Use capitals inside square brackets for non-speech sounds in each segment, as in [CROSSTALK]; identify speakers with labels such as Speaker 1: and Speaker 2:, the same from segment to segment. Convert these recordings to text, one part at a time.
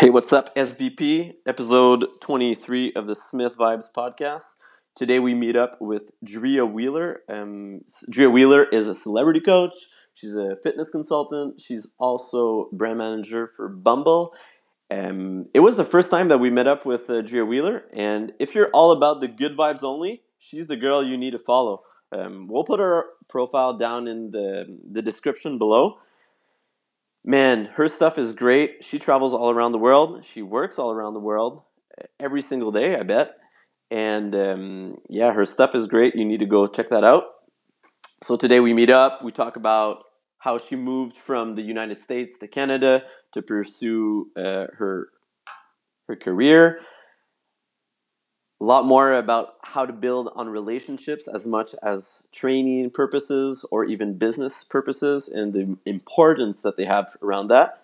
Speaker 1: Hey, what's up, SVP? Episode 23 of the Smith Vibes podcast. Today we meet up with Drea Wheeler. Um, Drea Wheeler is a celebrity coach, she's a fitness consultant, she's also brand manager for Bumble. Um, it was the first time that we met up with uh, Drea Wheeler, and if you're all about the good vibes only, she's the girl you need to follow. Um, we'll put her profile down in the, the description below. Man, her stuff is great. She travels all around the world. She works all around the world uh, every single day, I bet. And um, yeah, her stuff is great. You need to go check that out. So today we meet up. We talk about how she moved from the United States to Canada to pursue uh, her her career. A lot more about how to build on relationships as much as training purposes or even business purposes and the importance that they have around that.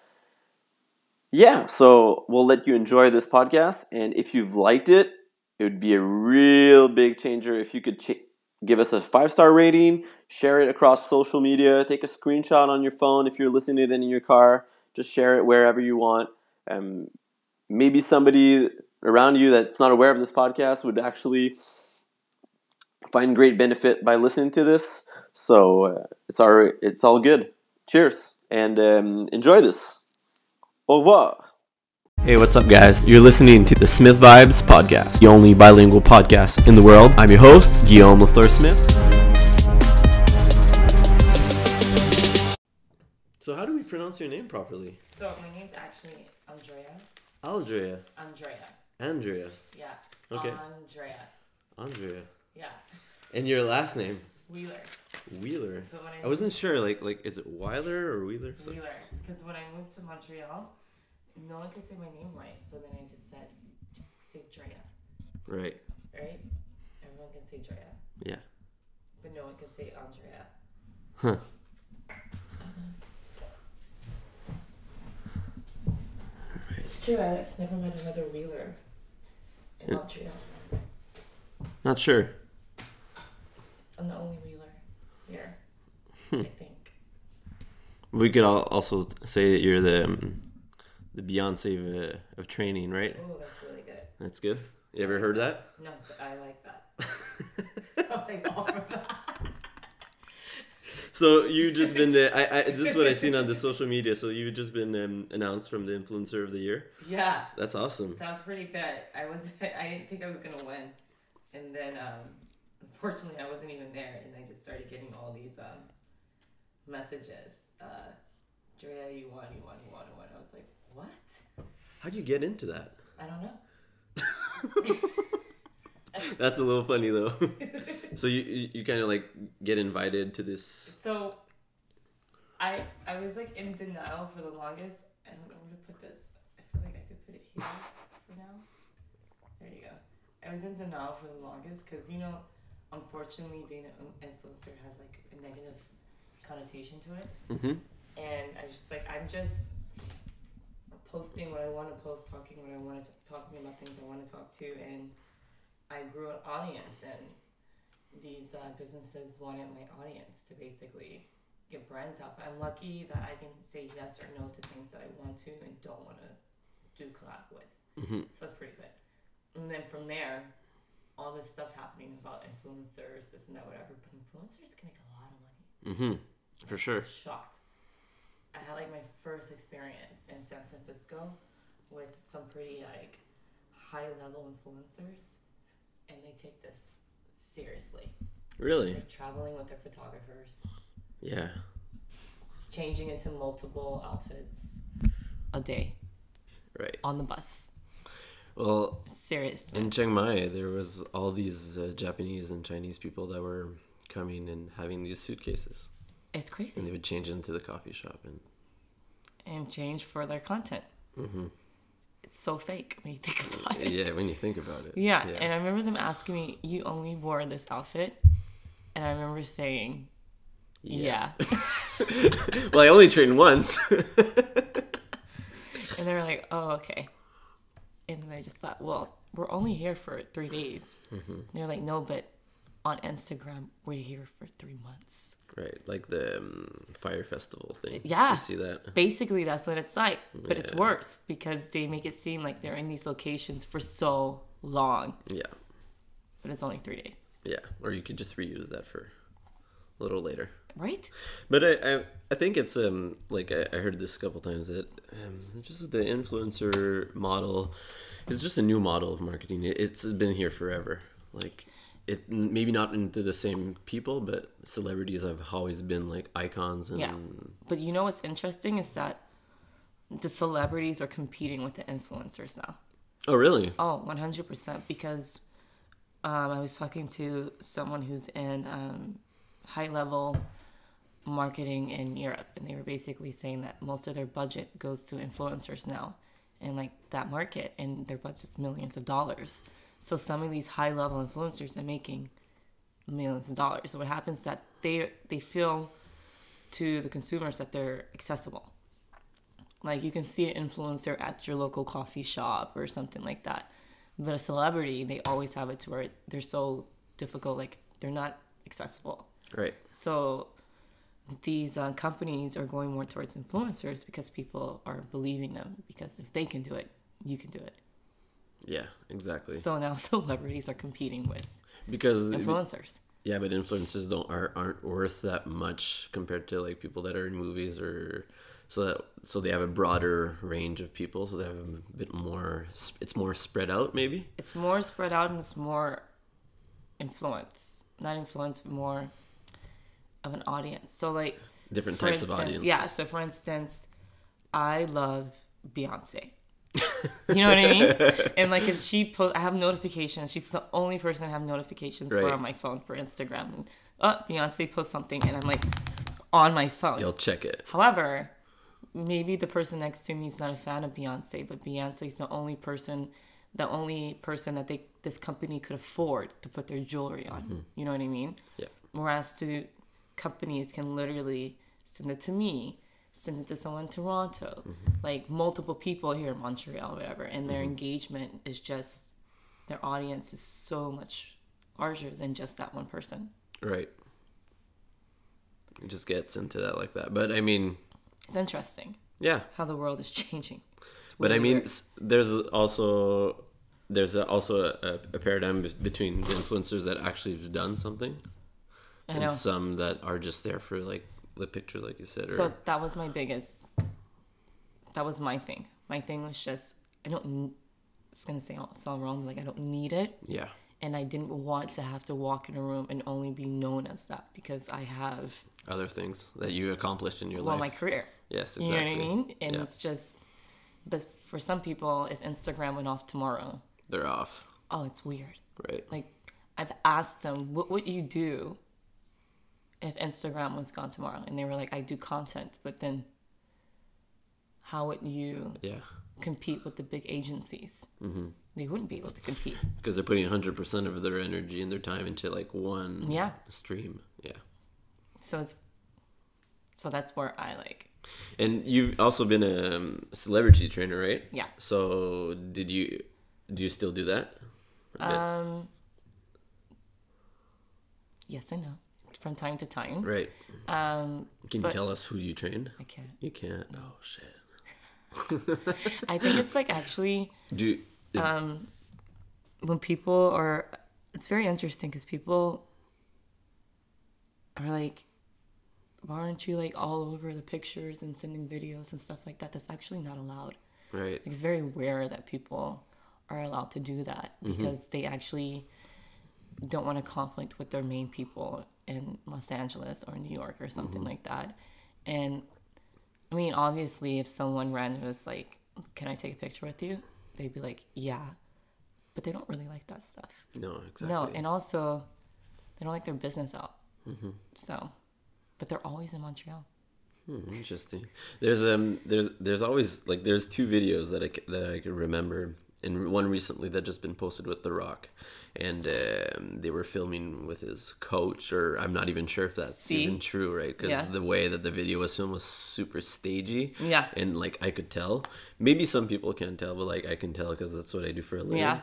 Speaker 1: Yeah, so we'll let you enjoy this podcast. And if you've liked it, it would be a real big changer if you could ch- give us a five star rating, share it across social media, take a screenshot on your phone if you're listening to it in your car, just share it wherever you want. Um, maybe somebody around you that's not aware of this podcast would actually find great benefit by listening to this. So uh, it's all it's all good. Cheers and um, enjoy this. Au revoir. Hey, what's up, guys? You're listening to the Smith Vibes podcast, the only bilingual podcast in the world. I'm your host, Guillaume Lafleur Smith. So, how do we pronounce your name properly?
Speaker 2: So my name's actually Andrea.
Speaker 1: Aldrea,
Speaker 2: Andrea.
Speaker 1: Andrea,
Speaker 2: Yeah.
Speaker 1: Okay.
Speaker 2: Andrea.
Speaker 1: Andrea,
Speaker 2: Yeah.
Speaker 1: and your last name
Speaker 2: Wheeler.
Speaker 1: Wheeler.
Speaker 2: But when I,
Speaker 1: I wasn't sure. Like, like, is it Weiler or Wheeler? So-
Speaker 2: Wheeler, because when I moved to Montreal, no one could say my name right. So then I just said, just say Drea,
Speaker 1: right.
Speaker 2: right? Everyone can say Drea,
Speaker 1: Yeah.
Speaker 2: but no one can say Andrea.
Speaker 1: Huh.
Speaker 2: It's true. I've never met another Wheeler in
Speaker 1: Yeah.
Speaker 2: Montreal.
Speaker 1: Not sure.
Speaker 2: I'm the only Wheeler here, I think.
Speaker 1: We could al- also say that you're the um, the Beyonce of, uh, of training, right?
Speaker 2: Oh, that's really good.
Speaker 1: That's good. You ever heard that? [LAUGHS]
Speaker 2: No, but I like that. [LAUGHS] I like all of that.
Speaker 1: So you just been the, I, I this is what I seen on the social media. So you've just been um, announced from the influencer of the year.
Speaker 2: Yeah.
Speaker 1: That's awesome.
Speaker 2: That was pretty good. I was [LAUGHS] I didn't think I was gonna win, and then um, unfortunately I wasn't even there, and I just started getting all these um, messages. Uh, Drea, you won, you won, you won, you won. I was like, what?
Speaker 1: How do you get into that?
Speaker 2: I don't know.
Speaker 1: That's a little funny though. [LAUGHS] so you you, you kind of like get invited to this.
Speaker 2: So I I was like in denial for the longest. I don't know where to put this. I feel like I could put it here for now. There you go. I was in denial for the longest because you know, unfortunately, being an influencer has like a negative connotation to it,
Speaker 1: Mm-hmm.
Speaker 2: and I was just like I'm just posting what I want to post, talking what I want to talking about things I want to talk to, and I grew an audience, and these uh, businesses wanted my audience to basically get brands out. But I'm lucky that I can say yes or no to things that I want to and don't want to do collab with.
Speaker 1: Mhm.
Speaker 2: So that's pretty good. And then from there, all this stuff happening about influencers, this and that, whatever. But influencers can make a lot of money
Speaker 1: Mm-hmm. For sure.
Speaker 2: shocked. I had like my first experience in San Francisco with some pretty like high level influencers, and they take this seriously.
Speaker 1: Really?
Speaker 2: They're traveling with their photographers,
Speaker 1: Yeah.
Speaker 2: changing into multiple outfits a day
Speaker 1: Right.
Speaker 2: on the bus.
Speaker 1: Well,
Speaker 2: Serious.
Speaker 1: In Chiang Mai, there was all these uh, Japanese and Chinese people that were coming and having these suitcases,
Speaker 2: It's
Speaker 1: and
Speaker 2: crazy.
Speaker 1: they would change into the coffee shop. [LAUGHS] And
Speaker 2: And change for their content. It's so fake when you think about it.
Speaker 1: yeah, when you think about it,
Speaker 2: Yeah,
Speaker 1: yeah,
Speaker 2: and I remember them asking me, "You only wore this outfit," and I remember saying, "Yeah,", [LAUGHS]
Speaker 1: well, I only trained once. [LAUGHS]
Speaker 2: and they were like, "Oh, okay." And then I just thought, "Well, we're only here for Mm-hmm. three days." They're like, "No, but on Instagram, we're here for three months."
Speaker 1: Right, like the um, fire festival thing.
Speaker 2: Yeah.
Speaker 1: you see that?
Speaker 2: Basically, that's what it's like, but it's
Speaker 1: Yeah.
Speaker 2: worse because they make it seem like they're in these locations for so long,
Speaker 1: Yeah,
Speaker 2: but it's only three days,
Speaker 1: yeah. Or you could just reuse that for a little later.
Speaker 2: right?
Speaker 1: But I, I, I think it's um like I, I heard this a couple times that um, just with the influencer model, it's just a new model of marketing. It, it's been here forever. Like it maybe not into the same people, but celebrities have always been like icons and
Speaker 2: Yeah. But you know what's interesting is that the celebrities are competing with the influencers now.
Speaker 1: oh really?
Speaker 2: Oh, 100%. Because um, I was talking to someone who's in um, high level marketing in Europe, and they were basically saying that most of their budget goes to influencers now and like that market, and their budget's millions of dollars. So some of these high level influencers are making millions of dollars. So what happens is that they they feel to the consumers that they're accessible. Like you can see an influencer at your local coffee shop or something like that. But a celebrity, they always have it to where they're so difficult, like they're not accessible.
Speaker 1: Right.
Speaker 2: So these uh, companies are going more towards influencers because people are believing them because if they can do it, you can do it.
Speaker 1: Yeah, exactly.
Speaker 2: So now [LAUGHS] celebrities are competing with
Speaker 1: because
Speaker 2: influencers.
Speaker 1: yeah, but influencers don't are, aren't worth that much compared to like people that are in movies or so that so they have a broader range of people, so they have a bit more. sp- It's more spread out, maybe.
Speaker 2: It's more spread out and it's more influence. Not influence, but more of an audience. So like
Speaker 1: Different
Speaker 2: for
Speaker 1: types
Speaker 2: instance,
Speaker 1: of audiences.
Speaker 2: Yeah. So, for instance, I love Beyonce. you know what
Speaker 1: [LAUGHS]
Speaker 2: I mean? And like, if she post, I have notifications. She's the only person I have notifications
Speaker 1: Right.
Speaker 2: for on my phone for Instagram. And, oh, Beyonce posts something, and I'm like on my phone.
Speaker 1: You'll check it.
Speaker 2: However, maybe the person next to me is not a fan of Beyonce, but Beyonce is the only person, the only person that they this company could afford to put their jewelry on. You know what I mean?
Speaker 1: Mm-hmm. Yeah.
Speaker 2: Whereas to companies can literally send it to me, send it to someone in Toronto,
Speaker 1: Mm-hmm.
Speaker 2: like multiple people here in Montreal, whatever, and their engagement is just their audience is so much larger than just that one person.
Speaker 1: Right. It just gets into that like that. But I mean,
Speaker 2: It's interesting
Speaker 1: yeah.
Speaker 2: how the world is [LAUGHS] changing. It's
Speaker 1: But I
Speaker 2: weird.
Speaker 1: mean, s- there's also there's a, also a, a paradigm be- between the influencers that actually have done something
Speaker 2: I
Speaker 1: and
Speaker 2: know.
Speaker 1: some that are just there for like the picture, like you said. Or,
Speaker 2: So that was my biggest. That was my thing. My thing was just I don't. n- It's gonna say sound wrong. Like I don't need it,
Speaker 1: yeah,
Speaker 2: and I didn't want to have to walk in a room and only be known as that because I have
Speaker 1: other things that you accomplished in your
Speaker 2: well
Speaker 1: life.
Speaker 2: my career.
Speaker 1: yes,
Speaker 2: You
Speaker 1: exactly.
Speaker 2: know what I mean? And
Speaker 1: Yeah.
Speaker 2: it's just, but for some people, if Instagram went off tomorrow,
Speaker 1: They're off,
Speaker 2: oh, it's weird.
Speaker 1: right?
Speaker 2: Like I've asked them, what would you do if Instagram was gone tomorrow? And they were like, I do content, but then how would you
Speaker 1: Yeah,
Speaker 2: compete with the big agencies? Mm-hmm. They wouldn't be able to compete.
Speaker 1: because they're putting 100 percent of their energy and their time into like one
Speaker 2: Yeah.
Speaker 1: stream. Yeah,
Speaker 2: So it's so that's where I like.
Speaker 1: and you've also been a um, celebrity trainer, right?
Speaker 2: Yeah.
Speaker 1: So did you? Do you still do that? Yeah.
Speaker 2: Um, yes and no, from time to time.
Speaker 1: right.
Speaker 2: Um,
Speaker 1: Can you
Speaker 2: but-
Speaker 1: tell us who you trained?
Speaker 2: I can't.
Speaker 1: You can't. Oh shit.
Speaker 2: I think it's like actually
Speaker 1: Do you- is,
Speaker 2: Um, when people are it's very interesting because people are like why aren't you like all over the pictures and sending videos and stuff like that that's actually not allowed
Speaker 1: right.
Speaker 2: like, it's very rare that people are allowed to do that because they actually don't want to conflict with their main people in Los Angeles or New York or something like that. And I mean, obviously, if someone random was like, "Can I take a picture with you?" they'd be like, "Yeah," but they don't really like that stuff.
Speaker 1: No, exactly.
Speaker 2: No, and also they don't like their business out. So, but they're always in Montreal.
Speaker 1: Hmm, interesting. There's um there's there's always like there's two videos that I c- that I can remember and one recently that just been posted with The Rock, and um, they were filming with his coach or I'm not even sure if that's
Speaker 2: See?
Speaker 1: even true, right? Because
Speaker 2: Yeah.
Speaker 1: the way that the video was filmed was super stagey.
Speaker 2: Yeah.
Speaker 1: And like I could tell, maybe some people can tell, but like I can tell because that's what I do for a living.
Speaker 2: Yeah.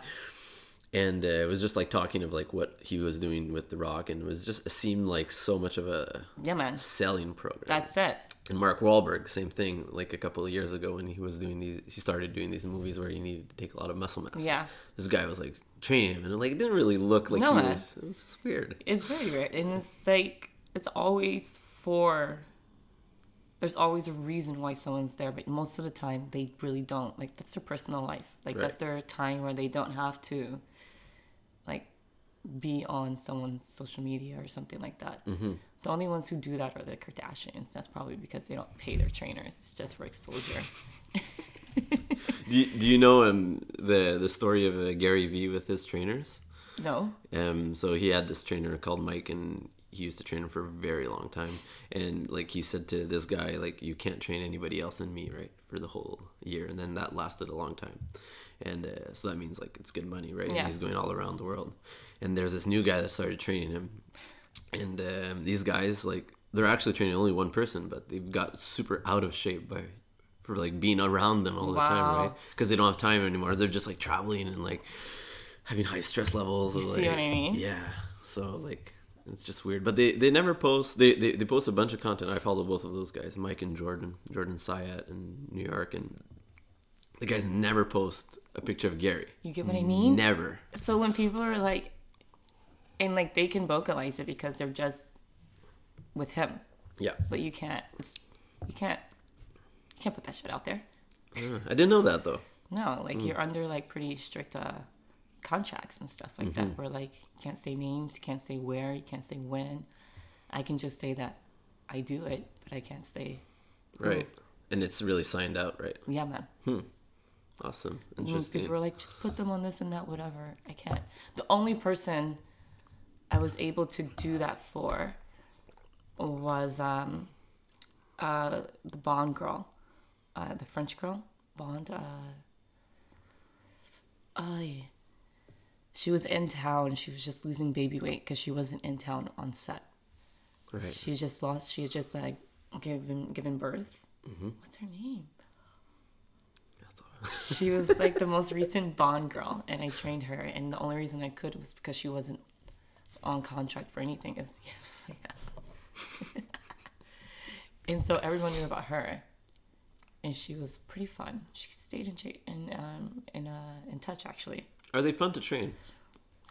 Speaker 1: and uh, it was just like talking of like what he was doing with the rock and it was just it seemed like so much of a
Speaker 2: Yeah, man.
Speaker 1: selling program
Speaker 2: That's it.
Speaker 1: and Mark Wahlberg, same thing. Like a couple of years ago, when he was doing these, he started doing these movies where he needed to take a lot of muscle mass.
Speaker 2: Yeah.
Speaker 1: this guy was like training him, and like it didn't really look like
Speaker 2: No,
Speaker 1: he
Speaker 2: man.
Speaker 1: was. It was just weird.
Speaker 2: It's very rare. And it's like, it's always for, there's always a reason why someone's there, but most of the time they really don't. Like, that's their personal life. Like,
Speaker 1: Right.
Speaker 2: that's their time where they don't have to, like, be on someone's social media or something like that. The only ones who do that are the Kardashians. That's probably because they don't pay their trainers. It's just for exposure.
Speaker 1: Do you, do you know um the the story of uh, Gary Vee with his trainers?
Speaker 2: No?
Speaker 1: Um, so he had this trainer called Mike, and he used to train him for a very long time. And like he said to this guy, like you can't train anybody else than me, right, for the whole year. And then that lasted a long time. And uh, so that means like it's good money, right?
Speaker 2: Yeah.
Speaker 1: And he's going all around the world. And there's this new guy that started training him, and um, these guys like they're actually training only one person, but they've got super out of shape by for like being around them all the time,
Speaker 2: Wow.
Speaker 1: right? Because they don't have time anymore. They're just like traveling and like having high stress levels. You
Speaker 2: see what I mean?
Speaker 1: Yeah. So like it's just weird. But they, they never post they, they they post a bunch of content. I follow both of those guys, Mike and Jordan. Jordan Syatt in New York and the guys never post a picture of Gary.
Speaker 2: You get what I mean?
Speaker 1: Never.
Speaker 2: so when people are like and like they can vocalize it because they're just with him
Speaker 1: Yeah.
Speaker 2: but you can't it's, you can't you can't put that shit out there
Speaker 1: Uh, I didn't know that though.
Speaker 2: no like you're under like pretty strict uh contracts and stuff like that where like you can't say names you can't say where you can't say when i can just say that i do it but i can't say
Speaker 1: Right. And it's really signed out, right?
Speaker 2: yeah man
Speaker 1: Awesome.
Speaker 2: Most
Speaker 1: Interesting.
Speaker 2: people were like, just put them on this and that, whatever. I can't. The only person I was able to do that for was um, uh, the Bond girl, uh, the French girl, Bond. Uh, I. She was in town. She was just losing baby weight because she wasn't in town on set.
Speaker 1: Right.
Speaker 2: She just lost. She had just like given given birth.
Speaker 1: Mm-hmm.
Speaker 2: What's her name? she was like the most recent Bond girl, and I trained her. And the only reason I could was because she wasn't on contract for anything. It was, yeah. [LAUGHS] and so everyone knew about her, and she was pretty fun. She stayed in cha- in um, in uh, in touch actually.
Speaker 1: Are they fun to train?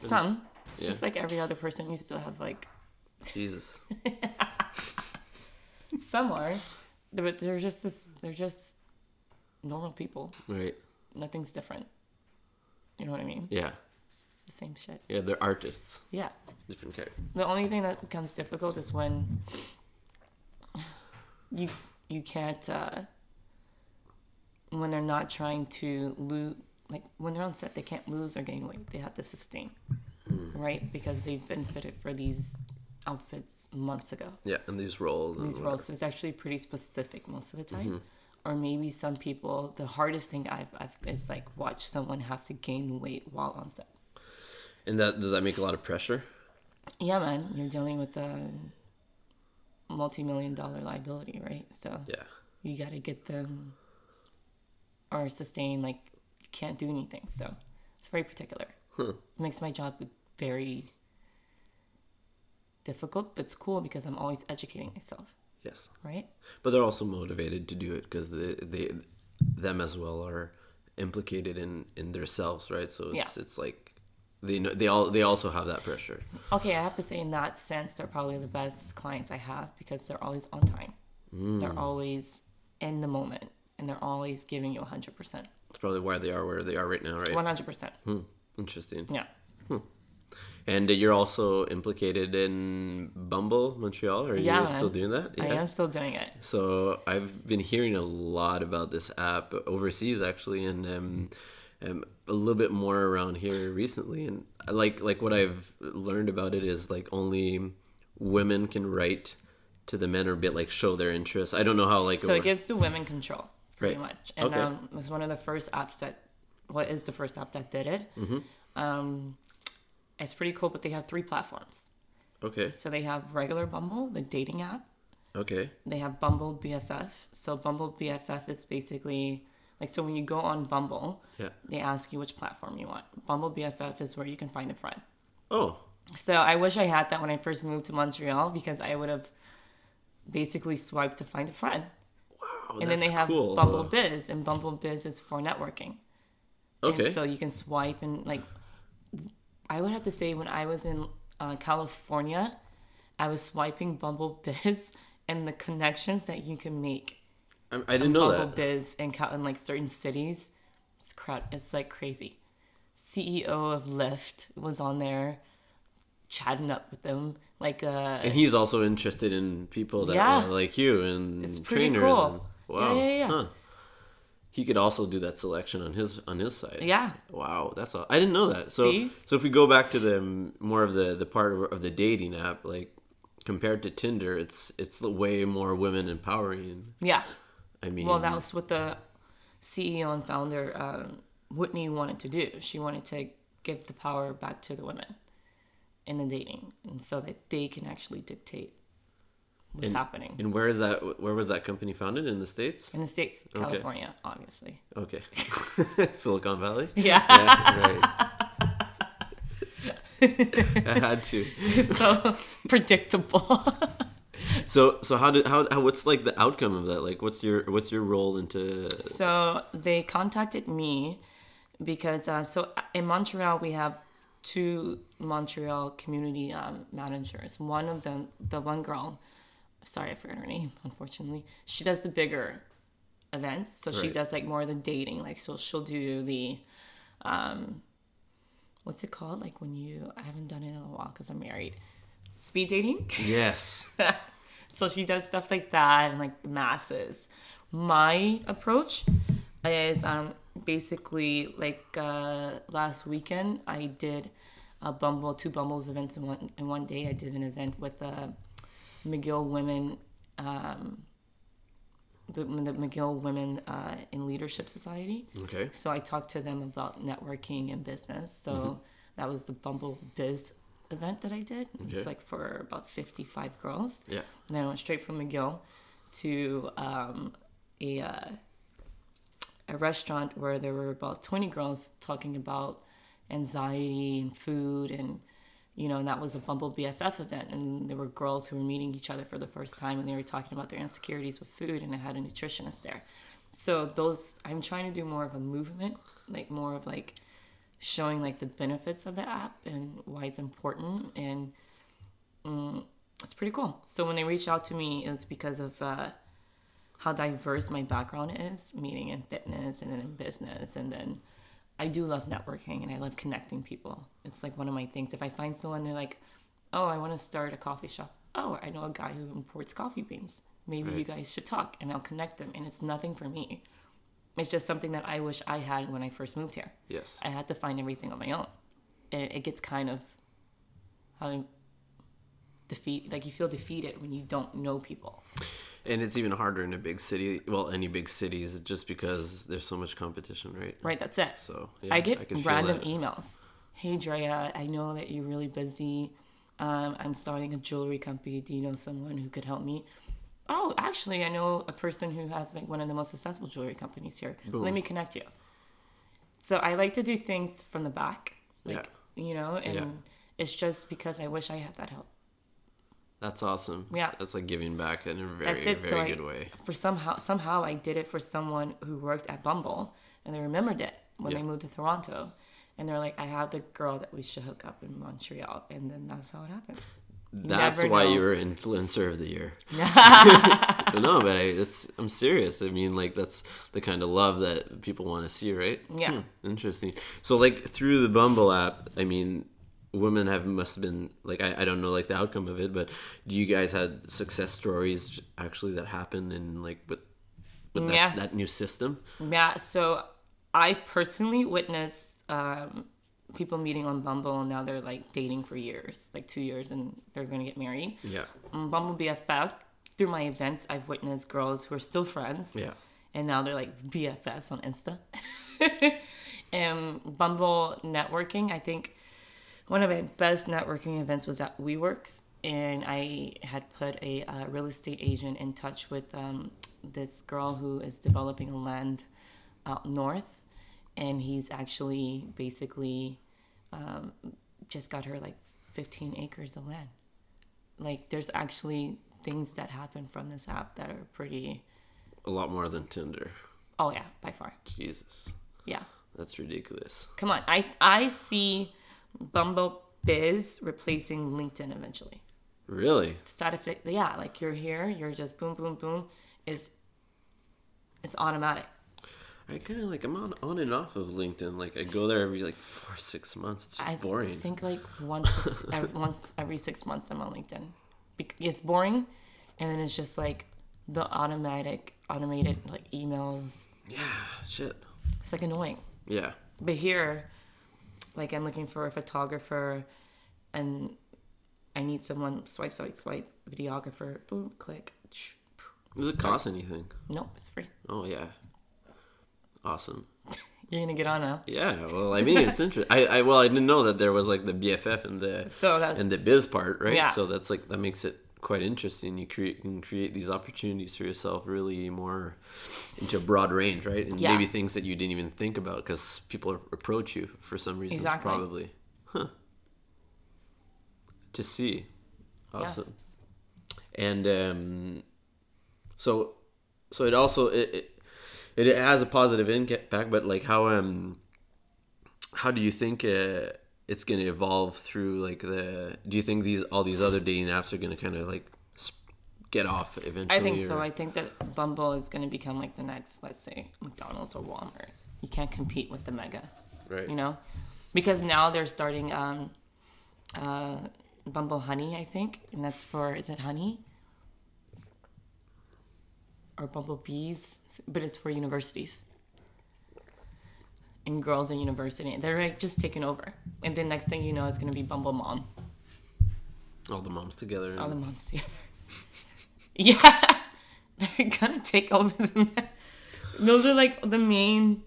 Speaker 2: Some, it's
Speaker 1: yeah.
Speaker 2: just like every other person, you still have like
Speaker 1: Jesus.
Speaker 2: some are, but they're just this, they're just normal people.
Speaker 1: Right.
Speaker 2: Nothing's different. You know what I mean?
Speaker 1: Yeah.
Speaker 2: It's the same shit.
Speaker 1: Yeah, they're artists.
Speaker 2: Yeah.
Speaker 1: Different character.
Speaker 2: The only thing that becomes difficult is when you you can't uh, when they're not trying to lose like when they're on set they can't lose or gain weight they have to sustain right because they've been fitted for these outfits months ago
Speaker 1: Yeah, and these roles. And
Speaker 2: these
Speaker 1: whatever.
Speaker 2: roles so it's actually pretty specific most of the time or maybe some people the hardest thing I've, I've is like watch someone have to gain weight while on set
Speaker 1: And that does that make a lot of pressure?
Speaker 2: Yeah, man, you're dealing with a multi-million dollar liability, right? So
Speaker 1: Yeah.
Speaker 2: you got to get them or sustain. Like you can't do anything, so it's very particular. It makes my job very difficult, but it's cool because I'm always educating myself,
Speaker 1: Yes.
Speaker 2: right?
Speaker 1: But they're also motivated to do it because they, they them as well are implicated in in themselves, right? So it's
Speaker 2: Yeah.
Speaker 1: it's like they know they all they also have that pressure.
Speaker 2: Okay, I have to say, in that sense, they're probably the best clients I have because they're always on time.
Speaker 1: Mm.
Speaker 2: They're always in the moment, and they're always giving you 100%.
Speaker 1: It's probably why they are where they are right now, right?
Speaker 2: 100%.
Speaker 1: Hmm. Interesting.
Speaker 2: Yeah.
Speaker 1: And you're also implicated in Bumble Montreal. Are you
Speaker 2: Yeah,
Speaker 1: still
Speaker 2: man.
Speaker 1: doing that?
Speaker 2: I am still doing it.
Speaker 1: So I've been hearing a lot about this app overseas, actually, and um, um, a little bit more around here recently. And I like like what I've learned about it is like only women can write to the men or bit like show their interest. I don't know how like
Speaker 2: So
Speaker 1: over-
Speaker 2: it gives the women control,
Speaker 1: [LAUGHS]
Speaker 2: pretty
Speaker 1: Right.
Speaker 2: much. And
Speaker 1: Okay.
Speaker 2: um, it was one of the first apps that, what is the first app that did it?
Speaker 1: Mm-hmm.
Speaker 2: Um, it's pretty cool, but they have three platforms.
Speaker 1: okay
Speaker 2: So they have regular Bumble, the dating app.
Speaker 1: okay
Speaker 2: They have Bumble BFF. So Bumble BFF is basically Like so when you go on Bumble,
Speaker 1: Yeah.
Speaker 2: they ask you which platform you want. Bumble BFF is where you can find a friend.
Speaker 1: Oh,
Speaker 2: So I wish I had that when I first moved to Montreal because I would have basically swiped to find a friend.
Speaker 1: wow,
Speaker 2: and then they
Speaker 1: that's
Speaker 2: have
Speaker 1: cool.
Speaker 2: Bumble Biz, and Bumble Biz is for networking.
Speaker 1: Okay.
Speaker 2: And so you can swipe and like, I would have to say when I was in uh, California, I was swiping Bumble [LAUGHS] Biz and the connections that you can make.
Speaker 1: I, I didn't know
Speaker 2: Bumble
Speaker 1: that.
Speaker 2: Biz in, Cal- in like certain cities, it's crowd. It's like crazy. CEO of Lyft was on there, chatting up with them like uh,
Speaker 1: And he's also interested in people that
Speaker 2: Yeah.
Speaker 1: are like you and
Speaker 2: It's pretty
Speaker 1: trainers.
Speaker 2: cool.
Speaker 1: And, wow.
Speaker 2: Yeah, yeah, yeah.
Speaker 1: Huh. He could also do that selection on his on his side.
Speaker 2: Yeah.
Speaker 1: Wow, that's all. I didn't know that. So
Speaker 2: See?
Speaker 1: so if we go back to the m- more of the the part of, of the dating app, like compared to Tinder, it's it's the way more women empowering.
Speaker 2: yeah.
Speaker 1: I mean,
Speaker 2: Well, that was what the CEO and founder um, Whitney wanted to do. She wanted to give the power back to the women in the dating, and so that they can actually dictate what's
Speaker 1: And-
Speaker 2: happening
Speaker 1: and where is that? Where was that company founded in the states?
Speaker 2: in the states, California, obviously. [LAUGHS]
Speaker 1: Okay, [LAUGHS] Silicon Valley.
Speaker 2: Yeah.
Speaker 1: yeah right.
Speaker 2: [LAUGHS]
Speaker 1: I had to.
Speaker 2: so predictable.
Speaker 1: So so how did how, how what's like the outcome of that? Like what's your what's your role into
Speaker 2: so they contacted me because uh, so in Montreal we have two Montreal community um, managers. One of them, the one girl, sorry I forgot her name. [LAUGHS] Unfortunately, she does the bigger events. So she
Speaker 1: Right.
Speaker 2: does like more of the dating. Like so she'll do the um, what's it called? Like when you I haven't done it in a while because I'm married. Speed dating.
Speaker 1: Yes.
Speaker 2: So she does stuff like that and like the masses. My approach is um, basically like uh, last weekend I did a Bumble two Bumbles events in one in one day. I did an event with the McGill Women, um, the, the McGill Women uh, in Leadership Society.
Speaker 1: Okay.
Speaker 2: So I talked to them about networking and business. So that was the Bumble Biz event that I did. It was
Speaker 1: Okay.
Speaker 2: like for about 55 girls.
Speaker 1: Yeah.
Speaker 2: And then I went straight from McGill to um, a, uh, a restaurant where there were about 20 girls talking about anxiety and food and you know and that was a bumble bff event and there were girls who were meeting each other for the first time and they were talking about their insecurities with food and i had a nutritionist there so those i'm trying to do more of a movement like more of like showing like the benefits of the app and why it's important and it's pretty cool. So when they reached out to me, it was because of uh, how diverse my background is, meaning in fitness and then in business, and then I do love networking and I love connecting people. It's like one of my things. If I find someone, they're like, "Oh, I want to start a coffee shop. Oh, I know a guy who imports coffee beans. Maybe you guys should talk." And I'll connect them. And it's nothing for me. It's just something that I wish I had when I first moved here.
Speaker 1: Yes.
Speaker 2: I had to find everything on my own. It, it gets kind of how I'm- defeat like you feel defeated when you don't know people.
Speaker 1: And it's even harder in a big city, well any big cities just because there's so much competition, right?
Speaker 2: Right, that's it.
Speaker 1: So yeah,
Speaker 2: I get
Speaker 1: can feel
Speaker 2: random e-
Speaker 1: that.
Speaker 2: emails. Hey Drea, I know that you're really busy. Um, I'm starting a jewelry company. Do you know someone who could help me? Oh, actually, I know a person who has like one of the most successful jewelry companies here. Let
Speaker 1: Boom.
Speaker 2: me connect you. So I like to do things from the back, like you know, and
Speaker 1: Yeah.
Speaker 2: it's just because I wish I had that help.
Speaker 1: That's awesome.
Speaker 2: Yeah.
Speaker 1: That's like giving back in a very
Speaker 2: That's it.
Speaker 1: very
Speaker 2: so I,
Speaker 1: good way.
Speaker 2: For somehow somehow I did it for someone who worked at Bumble and they remembered it when they
Speaker 1: Yeah.
Speaker 2: moved to Toronto. And they're like, I have the girl that we should hook up in Montreal and then that's how it happened.
Speaker 1: That's
Speaker 2: never
Speaker 1: why
Speaker 2: know.
Speaker 1: you were influencer of the
Speaker 2: [LAUGHS]
Speaker 1: year. [LAUGHS] no, but I, it's, I'm serious. I mean, like that's the kind of love that people want to see, right? Hmm,
Speaker 2: Yeah.
Speaker 1: interesting. So, like through the Bumble app, I mean, women have must have been like I, I don't know like the outcome of it, but do you guys had success stories j- actually that happened in like with with that,
Speaker 2: Yeah.
Speaker 1: that new system?
Speaker 2: Yeah, so I personally witnessed um, people meeting on Bumble and now they're like dating for years, like two years and they're gonna get married.
Speaker 1: Yeah,
Speaker 2: Um, Bumble BFF, through my events, I've witnessed girls who are still friends.
Speaker 1: yeah,
Speaker 2: and now they're like BFFs on Insta. [LAUGHS] and Bumble networking, I think one of my best networking events was at WeWorks, and I had put a uh, real estate agent in touch with um, this girl who is developing land out north, and he's actually basically um, just got her like 15 acres of land. Like there's actually things that happen from this app that are pretty.
Speaker 1: A lot more than Tinder.
Speaker 2: Oh yeah, by far.
Speaker 1: Jesus,
Speaker 2: Yeah.
Speaker 1: that's ridiculous.
Speaker 2: Come on, I I see Bumble Biz replacing LinkedIn eventually.
Speaker 1: Really?
Speaker 2: Side effect, yeah, like you're here, you're just boom, boom, boom. Is it's automatic.
Speaker 1: I kind of like I'm on on and off of LinkedIn. Like I go there every like four six months. It's just
Speaker 2: I
Speaker 1: boring.
Speaker 2: think like once a s- ev- [LAUGHS] once every six months I'm on LinkedIn. Bec- It's boring, and then it's just like the automatic automated like emails.
Speaker 1: yeah, shit.
Speaker 2: It's like annoying.
Speaker 1: Yeah,
Speaker 2: But here, like I'm looking for a photographer and I need someone swipe, swipe, swipe, videographer, boom, click. Sh-
Speaker 1: does it cost anything?
Speaker 2: Nope, it's free.
Speaker 1: Oh yeah, awesome.
Speaker 2: You're gonna get on now.
Speaker 1: Yeah, well, I
Speaker 2: [LAUGHS]
Speaker 1: mean, it's interesting. I, I well, I didn't know that there was like the BFF and the
Speaker 2: So that's
Speaker 1: and the biz part, right?
Speaker 2: Yeah.
Speaker 1: So that's like that makes it quite interesting. You create can create these opportunities for yourself, really more into a broad range, right? And
Speaker 2: Yeah.
Speaker 1: maybe things that you didn't even think about because people are- approach you for some reason,
Speaker 2: Exactly.
Speaker 1: probably. Huh. To see, awesome. And um, so, so it also it. it it has a positive impact, but like how um how do you think uh, it's going to evolve through like the do you think these all these other dating apps are going to kind of like sp- get off eventually
Speaker 2: I think so.
Speaker 1: or-
Speaker 2: I think that Bumble is gonna become like the next, let's say, McDonald's or Walmart. You can't compete with the mega.
Speaker 1: right
Speaker 2: you know because now they're starting um uh bumble honey i think and that's for is it honey or bumble bees but it's for universities and girls in university they're like just taking over and then next thing you know it's going to be bumble mom
Speaker 1: all the moms together
Speaker 2: all the
Speaker 1: and-
Speaker 2: moms together [LAUGHS] yeah [LAUGHS] they're gonna take over the [LAUGHS] those are like the main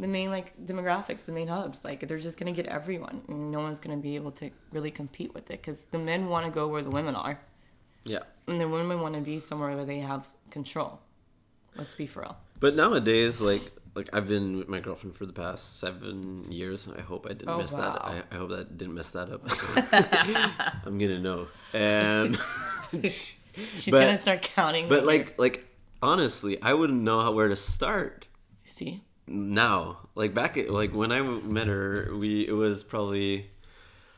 Speaker 2: the main like demographics the main hubs like they're just gonna get everyone and no one's gonna be able to really compete with it because the men want to go where the women are
Speaker 1: yeah
Speaker 2: and the women want to be somewhere where they have control let's be for real
Speaker 1: but nowadays like like I've been with my girlfriend for the past seven years. I hope I didn't
Speaker 2: Oh,
Speaker 1: miss
Speaker 2: wow.
Speaker 1: that. I, I hope that didn't mess that
Speaker 2: [LAUGHS]
Speaker 1: up. I'm gonna know. Um,
Speaker 2: she's
Speaker 1: But-
Speaker 2: gonna start counting
Speaker 1: but
Speaker 2: the
Speaker 1: like like honestly, I wouldn't know how, where to start.
Speaker 2: years. see
Speaker 1: now like back at, like when i met her we it was probably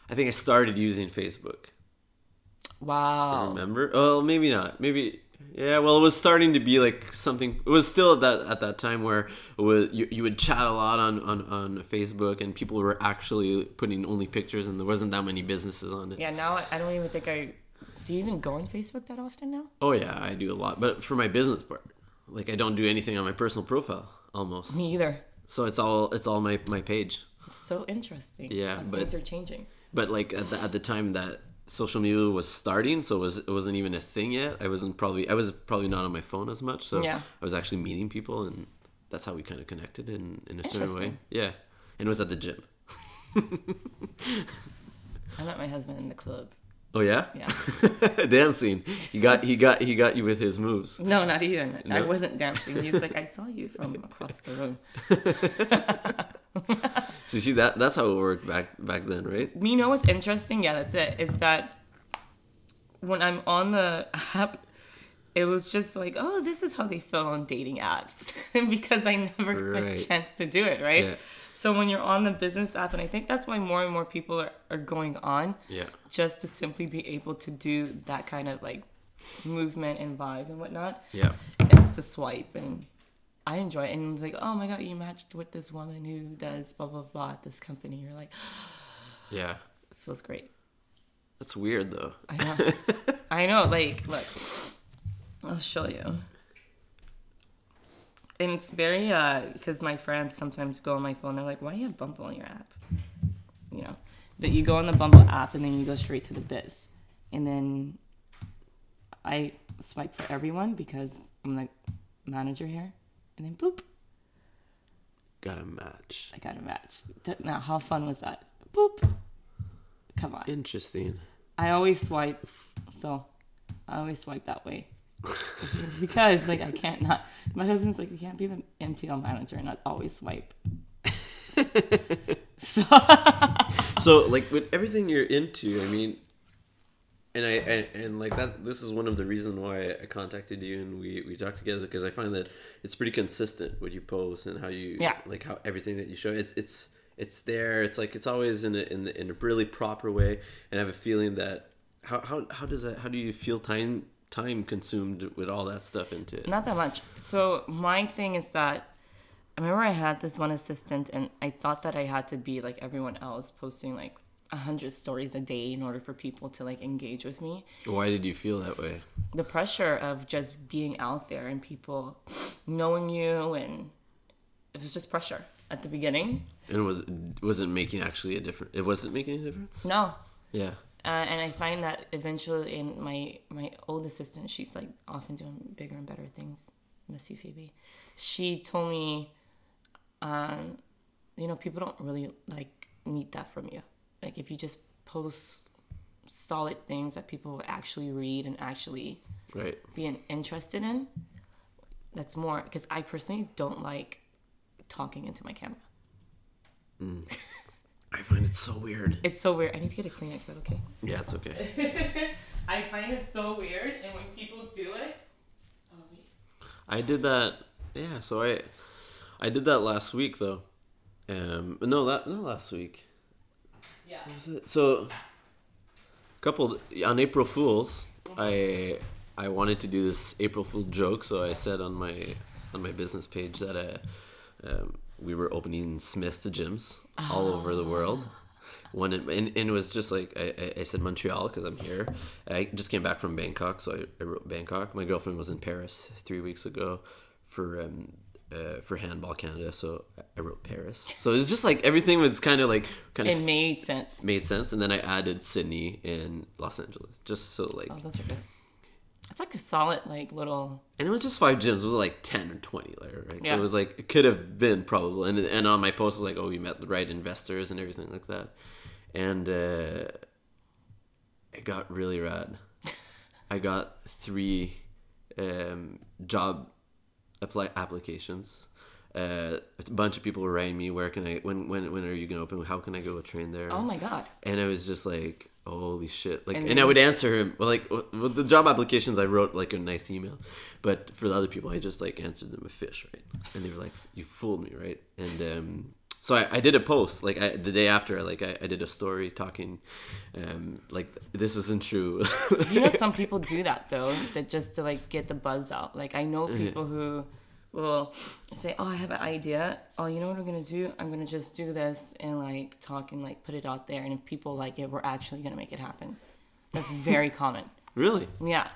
Speaker 1: i think i started using facebook
Speaker 2: wow
Speaker 1: remember well maybe not maybe yeah well it was starting to be like something it was still at that at that time where it was, you, you would chat a lot on, on on facebook and people were actually putting only pictures and there wasn't that many businesses on it
Speaker 2: yeah now I- i don't even think i do you even go on facebook that often now
Speaker 1: oh yeah i do a lot but for my business part like i don't do anything on my personal profile almost
Speaker 2: me either
Speaker 1: so it's all it's all my my page
Speaker 2: it's so interesting
Speaker 1: Yeah,
Speaker 2: how
Speaker 1: but-
Speaker 2: things are changing
Speaker 1: but like at the, at the time that social media was starting so it, was, it wasn't even a thing yet i wasn't probably i was probably not on my phone as much so
Speaker 2: Yeah.
Speaker 1: i was actually meeting people and that's how we kind of connected in, in a certain way
Speaker 2: Interesting.
Speaker 1: yeah and it was at the gym
Speaker 2: I met my husband in the club.
Speaker 1: oh yeah [LAUGHS]
Speaker 2: Yeah.
Speaker 1: dancing he got he got he got you with his moves
Speaker 2: No, not even. I
Speaker 1: No?
Speaker 2: wasn't dancing. He's like, I saw
Speaker 1: [LAUGHS]
Speaker 2: you from across the room.
Speaker 1: so see that that's how it worked back back then right
Speaker 2: You know what's interesting? Yeah, that's it. Is that when I'm on the app, it was just like, oh, this is how they feel on dating apps [LAUGHS] because I never got
Speaker 1: Right.
Speaker 2: a chance to do it, right?
Speaker 1: Yeah.
Speaker 2: So when you're on the business app, and I think that's why more and more people are, are going on
Speaker 1: yeah
Speaker 2: just to simply be able to do that kind of like movement and vibe and whatnot.
Speaker 1: yeah
Speaker 2: it's the swipe and I enjoy it. And it's like, oh my god, you matched with this woman who does blah blah blah at this company. You're like,
Speaker 1: yeah
Speaker 2: it feels great.
Speaker 1: that's weird though
Speaker 2: I know. I know. Like, look, I'll show you. And it's very uh, because my friends sometimes go on my phone. They're like, why do you have Bumble on your app? You know, but you go on the Bumble app and then you go straight to the biz, and then I swipe for everyone because I'm the manager here, and then boop.
Speaker 1: got a match
Speaker 2: I got a match. Th- Now, how fun was that? Boop. Come on.
Speaker 1: interesting
Speaker 2: I always swipe, so I always swipe that way. because like I can't not. My husband's like, you can't be the NTL manager and not always swipe. so [LAUGHS]
Speaker 1: so like with everything you're into i mean and i and, and like that this is one of the reasons why i contacted you and we we talked together because i find that it's pretty consistent what you post and how you
Speaker 2: Yeah.
Speaker 1: like how everything that you show it's it's it's there it's like it's always in a in, the, in a really proper way and i have a feeling that how, how how does that how do you feel time time consumed with all that stuff into it
Speaker 2: Not that much. So my thing is that I remember I had this one assistant, and I thought that I had to be like everyone else, posting like hundred stories a day in order for people to like engage with me.
Speaker 1: why did you feel that way
Speaker 2: The pressure of just being out there and people knowing you, and it was just pressure at the beginning.
Speaker 1: and was was it making actually a difference it wasn't making a difference
Speaker 2: No,
Speaker 1: yeah
Speaker 2: uh, and I find that eventually, in my my old assistant, she's like often doing bigger and better things. Miss you, Phoebe. She told me, um, you know, people don't really like need that from you. Like if you just post solid things that people will actually read and actually
Speaker 1: right
Speaker 2: be in- interested in, that's more. Because I personally don't like talking into my camera.
Speaker 1: i find it so weird
Speaker 2: It's so weird. I need to get a Kleenex. Is that okay?
Speaker 1: Yeah, it's okay.
Speaker 2: I find it so weird, and when people do it, oh, wait.
Speaker 1: I did that. Yeah, so I, I did that last week though. Um, no, la- not last week.
Speaker 2: yeah.
Speaker 1: Was it? So, couple on April Fools, I I wanted to do this April Fool joke, so I said on my on my business page that uh, um, we were opening Smith gyms all over the world. One in, and, and it was just like I, I- I said Montreal because I'm here. I just came back from Bangkok, so I, I wrote Bangkok. My girlfriend was in Paris three weeks ago for um, uh, for Handball Canada, so I wrote Paris. So it was just like everything was kind of like kind of
Speaker 2: It made sense.
Speaker 1: made sense and then i added sydney and los angeles just so like
Speaker 2: Oh, those are good. It's like a solid, like little.
Speaker 1: and it was just five gyms it was like 10 or 20 like right so
Speaker 2: Yeah.
Speaker 1: it was like it could have been probably and, and on my post it was like oh you met the right investors and everything like that and uh it got really
Speaker 2: [LAUGHS]
Speaker 1: rad i got three um job apply applications uh, a bunch of people were writing me where can i when when when are you gonna open how can i go train there
Speaker 2: Oh my god.
Speaker 1: and I was just like, holy shit! Like,
Speaker 2: And
Speaker 1: and,
Speaker 2: then
Speaker 1: I would
Speaker 2: you-
Speaker 1: answer him. Well, like with the job applications, I wrote like a nice email, but for the other people, I just like answered them a fish, right? And they were like, "You fooled me, right?" And um, so I, I did a post like I, the day after, like I, I did a story talking, um, like this isn't true. [LAUGHS]
Speaker 2: You know, some people do that though, that just to like get the buzz out. Like I know people who will say, "Oh, I have an idea. Oh, you know what I'm gonna do? I'm gonna just do this and like talk and like put it out there. And if people like it, we're actually gonna make it happen. That's very common.
Speaker 1: really?
Speaker 2: Yeah.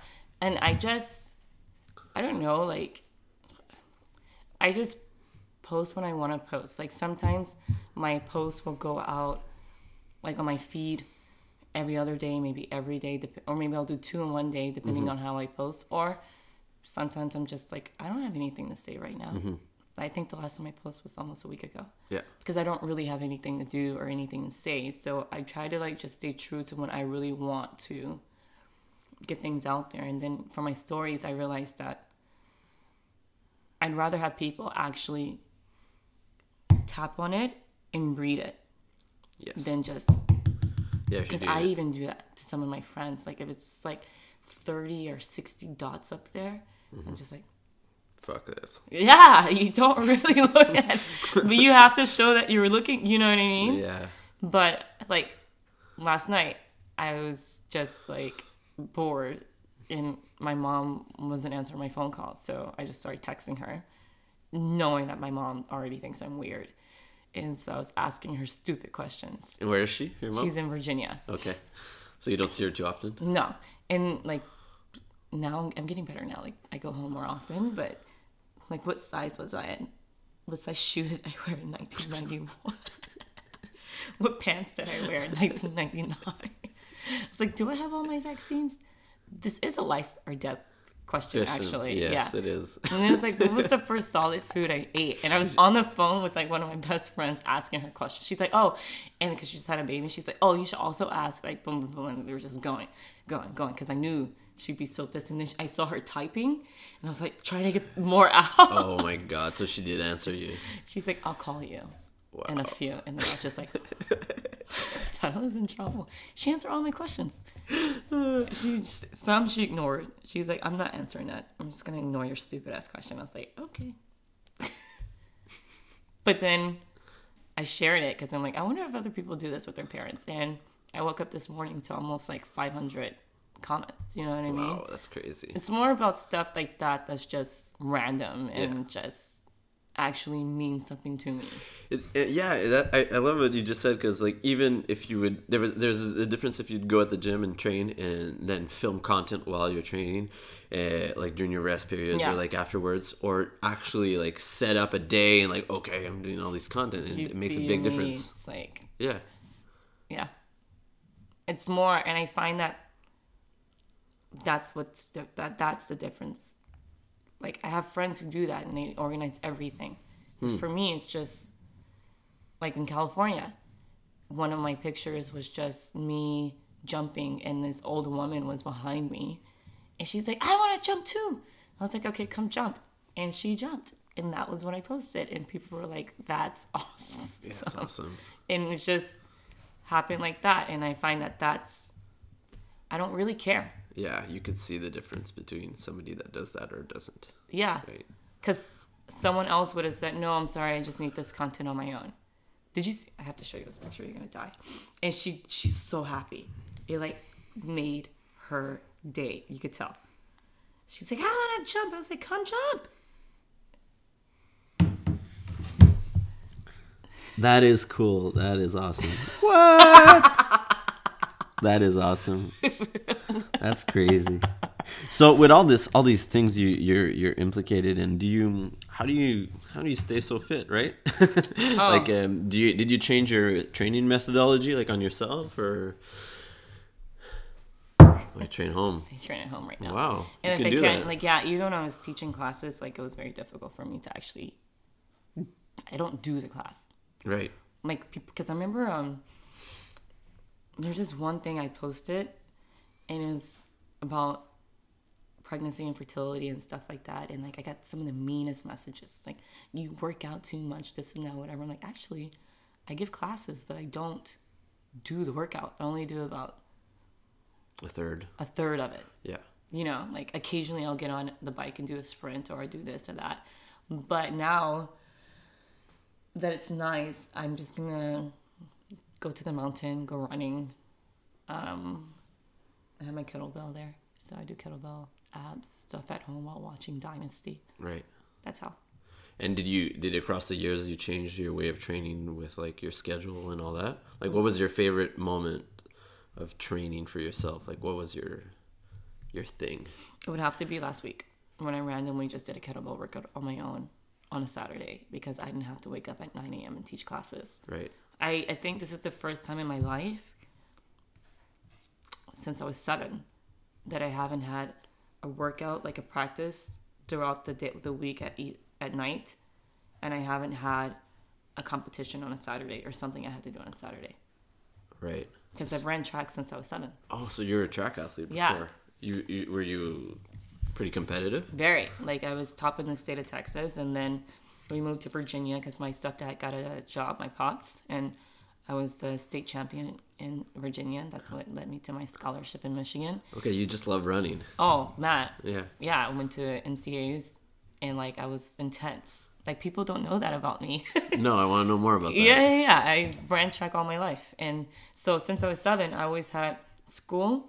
Speaker 2: And I just, I don't know, like, I just post when I want to post. Like, sometimes my posts will go out, like, on my feed every other day, maybe every day, dep- or maybe I'll do two in one day, depending on how I post. Or sometimes I'm just like, I don't have anything to say right now. I think the last time I posted was almost a week ago
Speaker 1: Yeah.
Speaker 2: because I don't really have anything to do or anything to say. So I try to like just stay true to when I really want to get things out there. And then for my stories, I realized that I'd rather have people actually tap on it and read it
Speaker 1: Yes.
Speaker 2: than just
Speaker 1: yeah. if you
Speaker 2: because
Speaker 1: do
Speaker 2: I
Speaker 1: it.
Speaker 2: even do that to some of my friends. Like if it's just like 30 or 60 dots up there,
Speaker 1: Mm-hmm.
Speaker 2: I'm just like,
Speaker 1: fuck this.
Speaker 2: yeah, [LAUGHS] you don't really look at, but you have to show that you were looking. You know what I mean?
Speaker 1: Yeah.
Speaker 2: But like last night, I was just like bored, and my mom wasn't answering my phone call, so I just started texting her, knowing that my mom already thinks I'm weird, and so I was asking her stupid questions.
Speaker 1: And where is she? Your mom?
Speaker 2: She's in Virginia.
Speaker 1: okay. So you don't see her too often.
Speaker 2: No, and like now I'm getting better now. Like I go home more often, but like what size was I in? What size shoe did I wear in 1991? [LAUGHS] what pants did I wear in 1999? It's like, do I have all my vaccines? This is a life or death question,
Speaker 1: Yes,
Speaker 2: actually.
Speaker 1: Yes,
Speaker 2: yeah.
Speaker 1: it is. [LAUGHS]
Speaker 2: And it was like, what was the first solid food I ate? And I was on the phone with like one of my best friends asking her questions. She's like, oh, and because she just had a baby, she's like, oh, you should also ask, like, boom, boom, boom. And we were just going, going, going, because I knew She'd be so pissed. And then she, I saw her typing, and I was like trying to get more out.
Speaker 1: Oh my god! So she did answer you.
Speaker 2: She's like, I'll call you
Speaker 1: Wow.
Speaker 2: in a few. And then I was just like, [LAUGHS] I was in trouble. She answered all my questions. She just, some she ignored. She's like, I'm not answering that. I'm just gonna ignore your stupid ass question. I was like, okay. [LAUGHS] but then I shared it because I'm like, I wonder if other people do this with their parents. And I woke up this morning to almost like 500 comments. You know what I mean?
Speaker 1: Wow, that's
Speaker 2: [LAUGHS]
Speaker 1: crazy.
Speaker 2: It's more about stuff like that that's just random and just actually means something to me.
Speaker 1: It, it- yeah, that, I, I love what you just said because like even if you would there was there's a difference if you'd go at the gym and train and then film content while you're training, uh, like during your rest periods
Speaker 2: Yeah.
Speaker 1: or like afterwards, or actually like set up a day and like okay, I'm doing all these content and it
Speaker 2: You'd
Speaker 1: makes a
Speaker 2: be
Speaker 1: big
Speaker 2: amazed,
Speaker 1: difference.
Speaker 2: Like,
Speaker 1: Yeah,
Speaker 2: yeah, it's more, and I find that that's what's the, that that's the difference. Like, I have friends who do that and they organize everything. For me, it's just like in California, one of my pictures was just me jumping, and this old woman was behind me, and she's like, "I want to jump too." I was like, "Okay, come jump," and she jumped, and that was what I posted, and people were like, "That's [LAUGHS] awesome." [LAUGHS]
Speaker 1: that's awesome.
Speaker 2: and it's just happened like that and i find that that's i don't really care
Speaker 1: Yeah, you could see the difference between somebody that does that or doesn't.
Speaker 2: yeah
Speaker 1: Right.
Speaker 2: because someone else would have said no i'm sorry i just need this content on my own did you see i have to show you this picture you're gonna die and she she's so happy it like made her day you could tell she's like i want to jump i was like come jump
Speaker 3: That is cool. That is [LAUGHS] awesome. What? that is awesome. That's crazy. So with all this, all these things you you're you're implicated in, do you how do you
Speaker 1: How do you stay so fit, right? [LAUGHS]
Speaker 2: Oh.
Speaker 1: Like, um, do you did you change your training methodology, like on yourself, or I train home?
Speaker 2: he's right at home right now
Speaker 1: Wow, you
Speaker 2: and
Speaker 1: can
Speaker 2: if
Speaker 1: do
Speaker 2: I can't,
Speaker 1: that.
Speaker 2: like, yeah, even when I was teaching classes, like, it was very difficult for me to actually. I don't do the class,
Speaker 1: right?
Speaker 2: like, because I remember um. There's this one thing I posted, and it was about pregnancy and fertility and stuff like that, and like I got some of the meanest messages, It's like you work out too much, this and that, whatever. I'm like, actually, I give classes, but I don't do the workout. I only do about
Speaker 1: A third.
Speaker 2: a third of it
Speaker 1: Yeah.
Speaker 2: you know, like occasionally I'll get on the bike and do a sprint or I do this or that. But now that it's nice, I'm just gonna go to the mountain, go running. Um, I have my kettlebell there, so I do kettlebell abs stuff at home while watching Dynasty.
Speaker 1: Right.
Speaker 2: That's how.
Speaker 1: And did you did across the years you change your way of training with like your schedule and all that? Like what was your favorite moment of training for yourself? Like what was your your thing?
Speaker 2: It would have to be last week when I randomly just did a kettlebell workout on my own on a Saturday because I didn't have to wake up at 9 a.m. and teach classes.
Speaker 1: Right.
Speaker 2: I, I think this is the first time in my life since I was seven that I haven't had a workout like a practice throughout the day, the week at e- at night, and I haven't had a competition on a Saturday or something I had to do on a Saturday
Speaker 1: Right.
Speaker 2: because I've ran track since I was seven.
Speaker 1: Oh, so you were a track athlete before.
Speaker 2: Yeah.
Speaker 1: You, you were you pretty competitive?
Speaker 2: Very like I was top in the state of Texas, and then we moved to Virginia because my stepdad got a job, my pops, and I was the state champion in Virginia. and That's what led me to my scholarship in Michigan.
Speaker 1: Okay, you just love running.
Speaker 2: Oh, Matt.
Speaker 1: Yeah.
Speaker 2: Yeah, I went to NCAs and like I was intense. Like people don't know that about me.
Speaker 1: [LAUGHS]
Speaker 2: [LAUGHS]
Speaker 1: No, I want to know more about that.
Speaker 2: yeah, yeah, yeah. I ran track all my life. And so since I was seven, I always had school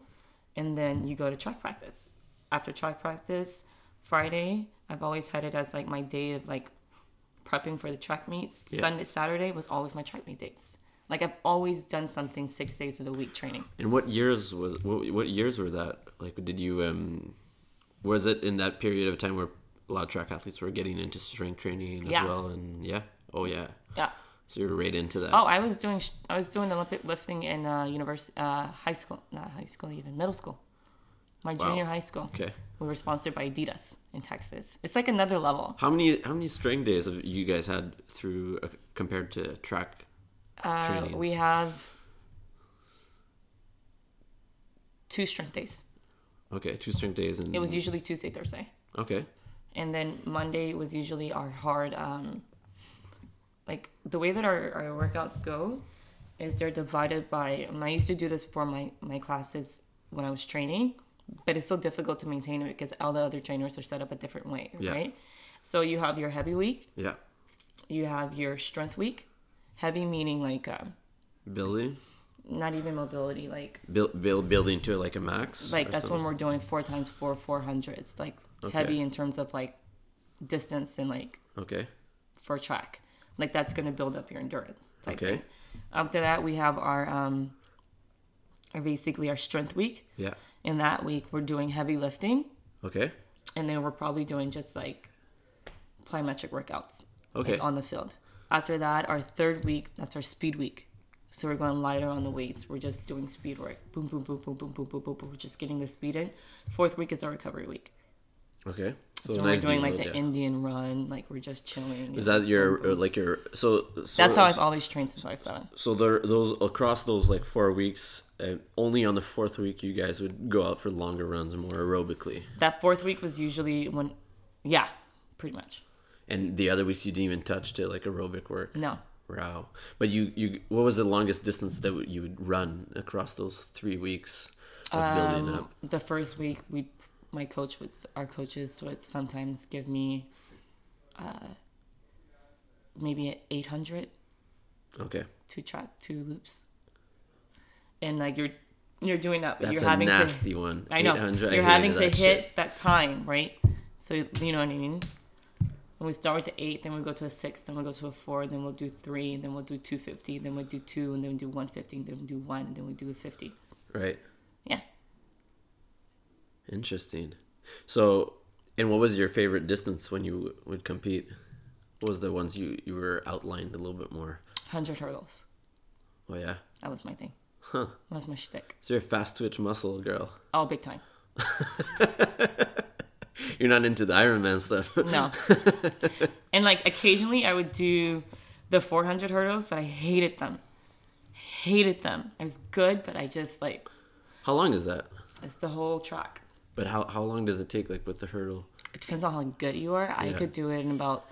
Speaker 2: and then you go to track practice. After track practice, Friday, I've always had it as like my day of like prepping for the track meets. Sunday, Saturday was always my track meet dates. Like I've always done something six days of the week training.
Speaker 1: And what years was what, what years were that? Like, did you um, was it in that period of time where a lot of track athletes were getting into strength training as
Speaker 2: Yeah.
Speaker 1: well? And yeah, oh yeah,
Speaker 2: Yeah.
Speaker 1: so you're right into that.
Speaker 2: Oh, I was doing sh- I was doing Olympic lifting in uh, university, uh, high school, not high school even, middle school, my junior high school.
Speaker 1: Okay.
Speaker 2: We were sponsored by Adidas in Texas. It's like another level.
Speaker 1: How many how many string days have you guys had through uh, compared to track
Speaker 2: Uh,
Speaker 1: trainings?
Speaker 2: we have two strength days.
Speaker 1: Okay, two straight days and
Speaker 2: It was usually Tuesday, Thursday.
Speaker 1: okay.
Speaker 2: and then Monday was usually our hard um like the way that our, our workouts go is they're divided by and I used to do this for my my classes when I was training but it's so difficult to maintain it because all the other trainers are set up a different way
Speaker 1: Yeah.
Speaker 2: right so you have your heavy week
Speaker 1: Yeah,
Speaker 2: you have your strength week heavy meaning like um
Speaker 1: building,
Speaker 2: not even mobility like
Speaker 1: build, build, building to like a max.
Speaker 2: like
Speaker 1: or
Speaker 2: that's when
Speaker 1: something.
Speaker 2: we're doing four times four four hundreds like
Speaker 1: Okay.
Speaker 2: heavy in terms of like distance and like
Speaker 1: Okay.
Speaker 2: for track. Like that's going to build up your endurance. Type
Speaker 1: Okay.
Speaker 2: Thing. After that, we have our um, our basically our strength week.
Speaker 1: Yeah.
Speaker 2: In that week, we're doing heavy lifting,
Speaker 1: Okay.
Speaker 2: and then we're probably doing just like plyometric workouts,
Speaker 1: Okay.
Speaker 2: like on the field. After that, our third week, that's our speed week. So we're going lighter on the weights. We're just doing speed work. Boom, boom, boom, boom, boom, boom, boom, boom, boom. We're just getting the speed in. Fourth week is our recovery week.
Speaker 1: Okay. So,
Speaker 2: So,
Speaker 1: nice
Speaker 2: we're doing like
Speaker 1: deload,
Speaker 2: the
Speaker 1: yeah.
Speaker 2: Indian run. Like we're just chilling.
Speaker 1: Is that your or, like your so? so
Speaker 2: Mm-hmm. That's how I've always trained since I was seven.
Speaker 1: So there, those across those like four weeks, uh, only on the fourth week you guys would go out for longer runs more aerobically,
Speaker 2: That fourth week was usually when, yeah, pretty much.
Speaker 1: and the other weeks you didn't even touch to like aerobic work.
Speaker 2: No,
Speaker 1: Wow. But you, you, what was the longest distance that you would run across those three weeks of
Speaker 2: Um,
Speaker 1: building up?
Speaker 2: the first week we, my coach would, our coaches would sometimes give me, uh, maybe an eight hundred
Speaker 1: Okay.
Speaker 2: two track two loops, and like you're, you're doing that, but
Speaker 1: That's
Speaker 2: you're
Speaker 1: a
Speaker 2: having
Speaker 1: nasty
Speaker 2: to,
Speaker 1: one.
Speaker 2: I know
Speaker 1: 800, I
Speaker 2: you're having to
Speaker 1: hated
Speaker 2: hit
Speaker 1: that shit.
Speaker 2: that time right, so you know what I mean. And we start with the eight, then we go to a six, then we go to a four, then we'll do three, then we'll do two fifty, then we'll do two, and then we do one fifty, then we do one, and then we do a fifty.
Speaker 1: Right.
Speaker 2: Yeah.
Speaker 1: Interesting. So, and what was your favorite distance when you would compete? What was the ones you you were outlined a little bit more?
Speaker 2: 100 hurdles.
Speaker 1: Oh yeah.
Speaker 2: That was my thing. That was my shtick.
Speaker 1: So you're a fast twitch muscle girl. [LAUGHS]
Speaker 2: Oh, big time.
Speaker 1: You're not into the Ironman stuff. [LAUGHS]
Speaker 2: No. and like occasionally I would do the 400 hurdles, but I hated them. Hated them. I was good, but I just like,
Speaker 1: how long is that?
Speaker 2: it's the whole track.
Speaker 1: But how how long does it take? Like with the hurdle?
Speaker 2: It depends on how good you are. I
Speaker 1: Yeah.
Speaker 2: could do it in about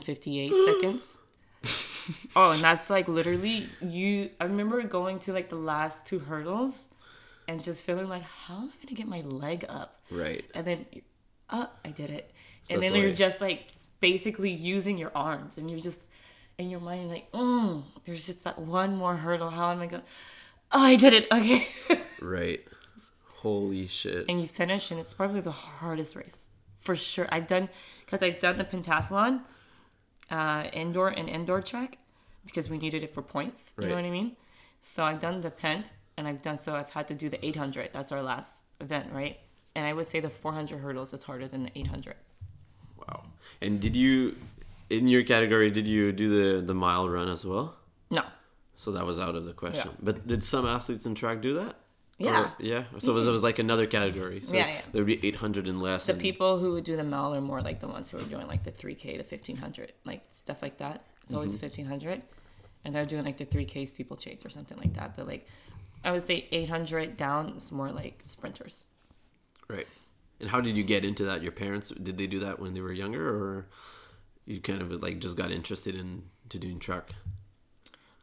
Speaker 1: [GASPS]
Speaker 2: 58 seconds. Oh, and that's like literally you. I remember going to like the last two hurdles and just feeling like, how am I going to get my leg up?
Speaker 1: Right.
Speaker 2: and then uh, I did it.
Speaker 1: So
Speaker 2: and
Speaker 1: that's
Speaker 2: then you're
Speaker 1: why-
Speaker 2: just like basically using your arms, and you're just in your mind you're like, mm, there's just that one more hurdle. How am I going? Oh, I did it. Okay, [LAUGHS]
Speaker 1: Right. Holy shit.
Speaker 2: and you finish, and it's probably the hardest race for sure. I've done because I've done the pentathlon, uh, indoor and indoor track because we needed it for points. You know
Speaker 1: Right.
Speaker 2: what I mean? So I've done the pent, and I've done so I've had to do the 800. That's our last event, right? And I would say the 400 hurdles is harder than the 800.
Speaker 1: Wow. And did you in your category did you do the the mile run as well?
Speaker 2: No.
Speaker 1: So that was out of the question. But did some athletes in track do that?
Speaker 2: Yeah.
Speaker 1: Or- yeah. So it was, it was like another category. So
Speaker 2: Yeah, yeah.
Speaker 1: There would be 800 and less.
Speaker 2: The
Speaker 1: and-
Speaker 2: people who would do the mile are more like the ones who are doing like the 3K, the 1500, like stuff like that. It's always
Speaker 1: Mm-hmm.
Speaker 2: 1500. And they're doing like the 3K steeplechase or something like that. But like, I would say 800 down is more like sprinters.
Speaker 1: Right. And how did you get into that? Your parents did they do that when they were younger, or you kind of like just got interested in to doing track?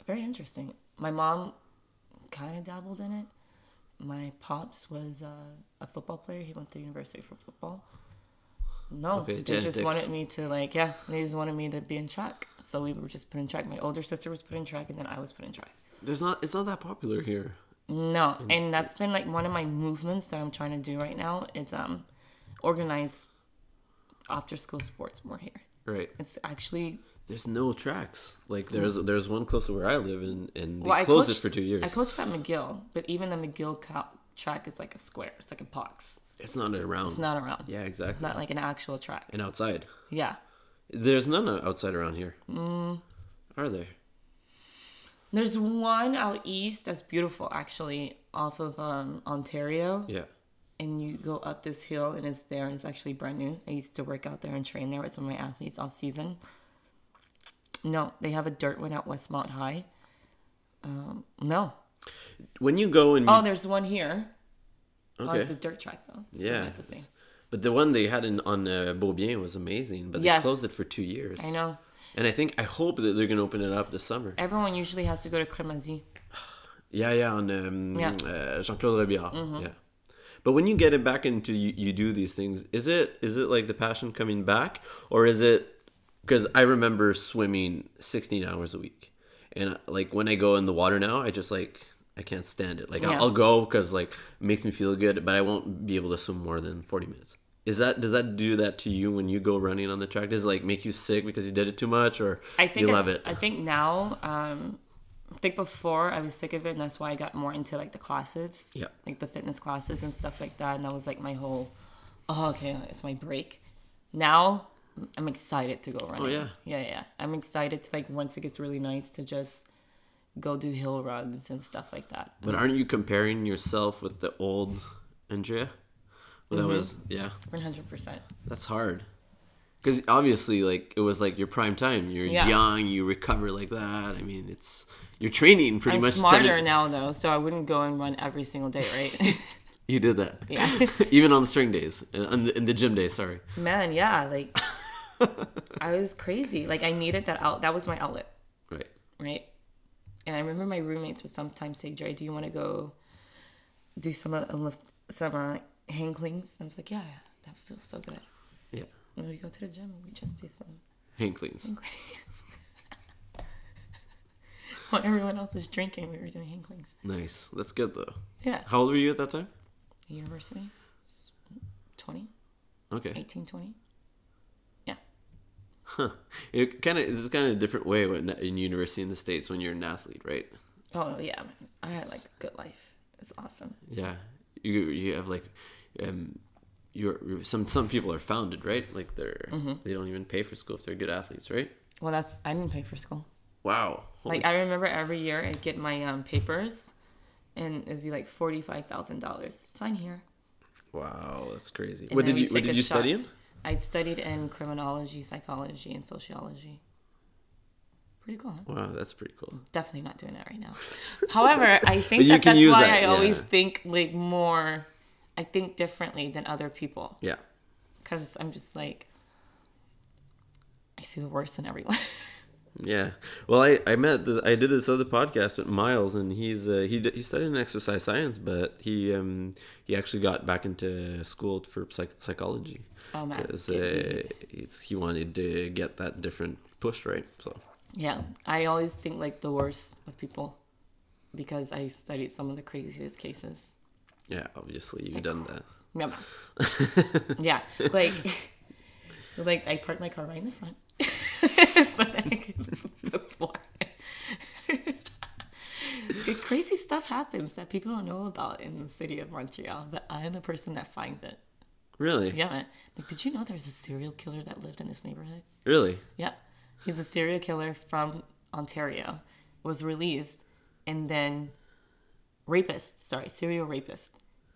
Speaker 2: Very interesting. My mom kind of dabbled in it. My pops was uh, a football player. He went to university for football. No,
Speaker 1: Okay,
Speaker 2: they just
Speaker 1: genetics.
Speaker 2: wanted me to like, yeah, they just wanted me to be in track. So we were just put in track. My older sister was put in track, and then I was put in track.
Speaker 1: There's not. It's not that popular here.
Speaker 2: No, and that's been like one of my movements that I'm trying to do right now is um organize after school sports more here.
Speaker 1: Right.
Speaker 2: It's actually
Speaker 1: There's no tracks. Like there's there's one close to where I live, and and they
Speaker 2: well, I
Speaker 1: closed
Speaker 2: coached,
Speaker 1: it for two years.
Speaker 2: I coached at McGill, but even the McGill co- track is like a square. It's like a box.
Speaker 1: it's not around.
Speaker 2: It's not around.
Speaker 1: Yeah, exactly.
Speaker 2: Not like an actual track.
Speaker 1: and outside,
Speaker 2: Yeah.
Speaker 1: there's none outside around here. Mm. Are there?
Speaker 2: There's one out east that's beautiful actually off of um, Ontario
Speaker 1: Yeah.
Speaker 2: and you go up this hill and it's there and it's actually brand new. I used to work out there and train there with some of my athletes off season. No, they have a dirt one at Westmont High. Um, no.
Speaker 1: When you go and you
Speaker 2: Oh, there's one here. Oh, it's a dirt track though. It's still
Speaker 1: yeah.
Speaker 2: not the same.
Speaker 1: But the one they had in, on uh, Beaubien was amazing, but
Speaker 2: Yes.
Speaker 1: they closed it for two years.
Speaker 2: I know.
Speaker 1: And I think, I hope that they're going to open it up this summer.
Speaker 2: Everyone usually has to go to Cremazie.
Speaker 1: Yeah, yeah, on um,
Speaker 2: Yeah. Mm-hmm.
Speaker 1: uh, Jean Claude Robillard. Yeah. But when you get it back into you, you do these things, is it is it like the passion coming back, or is it because I remember swimming sixteen hours a week, and uh, like when I go in the water now, I just like I can't stand it. Like I'll,
Speaker 2: Yeah.
Speaker 1: I'll go because like it makes me feel good, but I won't be able to swim more than forty minutes. Is that does that do that to you when you go running on the track? Does it like make you sick because you did it too much, or
Speaker 2: I think
Speaker 1: you
Speaker 2: I-
Speaker 1: love it?
Speaker 2: I think now, um, I think before I was sick of it, and that's why I got more into like the classes,
Speaker 1: Yeah.
Speaker 2: like the fitness classes and stuff like that. And that was like my whole, oh okay, it's my break. Now I'm excited to go running.
Speaker 1: Oh, yeah.
Speaker 2: yeah, yeah. I'm excited to like once it gets really nice to just go do hill runs and stuff like that.
Speaker 1: But aren't you comparing yourself with the old Andrea? Well, that
Speaker 2: Mm-hmm.
Speaker 1: was yeah.
Speaker 2: 100. percent
Speaker 1: That's hard. Because obviously, like it was like your prime time. You're
Speaker 2: Yeah.
Speaker 1: young. You recover like that. I mean, it's you're training pretty
Speaker 2: I'm
Speaker 1: much.
Speaker 2: smarter
Speaker 1: seven-
Speaker 2: now though, so I wouldn't go and run every single day,
Speaker 1: [LAUGHS]
Speaker 2: right?
Speaker 1: You did that.
Speaker 2: Yeah.
Speaker 1: [LAUGHS] Even on the string days and on the, in the gym days. Sorry.
Speaker 2: Man,
Speaker 1: [LAUGHS]
Speaker 2: yeah, like I was crazy. Like I needed that out. That was my outlet.
Speaker 1: Right.
Speaker 2: right? And I remember my roommates would sometimes say, "Dre, do you want to go do some uh, lift, some uh, hang cleans?" I was like, "Yeah, yeah, that feels so good."
Speaker 1: Yeah.
Speaker 2: And we go to the gym and we just do some. [LAUGHS]
Speaker 1: Hand cleans.
Speaker 2: While everyone else is drinking, we were doing hang cleans.
Speaker 1: Nice. That's good though.
Speaker 2: Yeah,
Speaker 1: How old were you at that time?
Speaker 2: university, s- 20,
Speaker 1: Okay.
Speaker 2: 18, 20. Yeah,
Speaker 1: It kind of it's kind of a different way when, in university in the states when you're an athlete, right?
Speaker 2: oh yeah, man. I had like a good life. It's awesome.
Speaker 1: Yeah, you you have like, um, you're you're- some some people are founded right, like they're
Speaker 2: Mm-hmm.
Speaker 1: they don't even pay for school if they're good athletes, right?
Speaker 2: Well, that's I didn't pay for school.
Speaker 1: Wow, Holy
Speaker 2: Like I remember every year I'd get my um, papers, and it'd be like forty five thousand dollars. Sign here.
Speaker 1: wow, that's crazy.
Speaker 2: And
Speaker 1: What
Speaker 2: then
Speaker 1: did
Speaker 2: we
Speaker 1: you what
Speaker 2: take
Speaker 1: did
Speaker 2: a
Speaker 1: you
Speaker 2: shot.
Speaker 1: study in?
Speaker 2: I studied in criminology, psychology, and sociology. Pretty cool. Huh?
Speaker 1: Wow, that's pretty cool.
Speaker 2: Definitely not doing that right
Speaker 1: [LAUGHS]
Speaker 2: now. However, I think
Speaker 1: you
Speaker 2: that
Speaker 1: can
Speaker 2: that's
Speaker 1: use
Speaker 2: why
Speaker 1: that,
Speaker 2: I always
Speaker 1: yeah.
Speaker 2: think like more. I think differently than other people
Speaker 1: Yeah,
Speaker 2: because I'm just like I see the worst in everyone. [LAUGHS]
Speaker 1: yeah. Well, I I met this I did this other podcast with Miles, and he's uh, he d- he studied in exercise science, but he um he actually got back into school for psych- psychology
Speaker 2: oh man.
Speaker 1: because
Speaker 2: Get-
Speaker 1: uh, it's, he wanted to get that different push, right? So
Speaker 2: Yeah, I always think like the worst of people because I studied some of the craziest cases.
Speaker 1: yeah, obviously you've done that.
Speaker 2: Yeah, yeah, like, [LAUGHS] like I parked my car right in the front, [LAUGHS] so that I could [LAUGHS] before. Good crazy stuff happens that people don't know about in the city of Montreal, but I'm the person that finds it.
Speaker 1: Really?
Speaker 2: Yeah, man. Like, did you know there's a serial killer that lived in this neighborhood?
Speaker 1: Really?
Speaker 2: Yeah. He's a serial killer from Ontario, was released, and then rapist, sorry, serial rapist,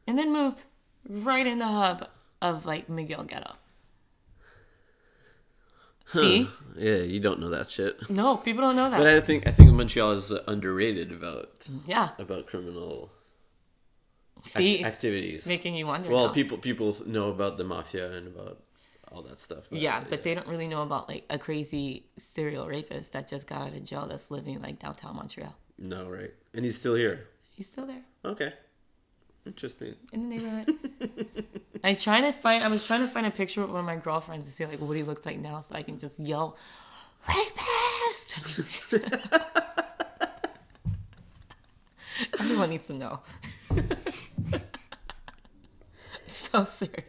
Speaker 2: and then moved right in the hub of like Miguel Ghetto. See?
Speaker 1: Yeah, you don't know that shit.
Speaker 2: No, people don't know that.
Speaker 1: But I think I think Montreal is underrated about
Speaker 2: yeah.
Speaker 1: about criminal act-
Speaker 2: See? it's
Speaker 1: activities.
Speaker 2: making you wonder.
Speaker 1: well,
Speaker 2: now.
Speaker 1: people people know about the mafia and about all that stuff.
Speaker 2: Yeah, but they don't really know about like a crazy serial rapist that just got out of jail that's living like downtown Montreal.
Speaker 1: no, right? And he's still here.
Speaker 2: He's still there.
Speaker 1: Okay, interesting.
Speaker 2: in the neighborhood. [LAUGHS] I was trying to find. I was trying to find a picture of one of my girlfriends to see like what he looks like now, so I can just yell, "Rapist!" [LAUGHS] Everyone needs to know. [LAUGHS] so serious.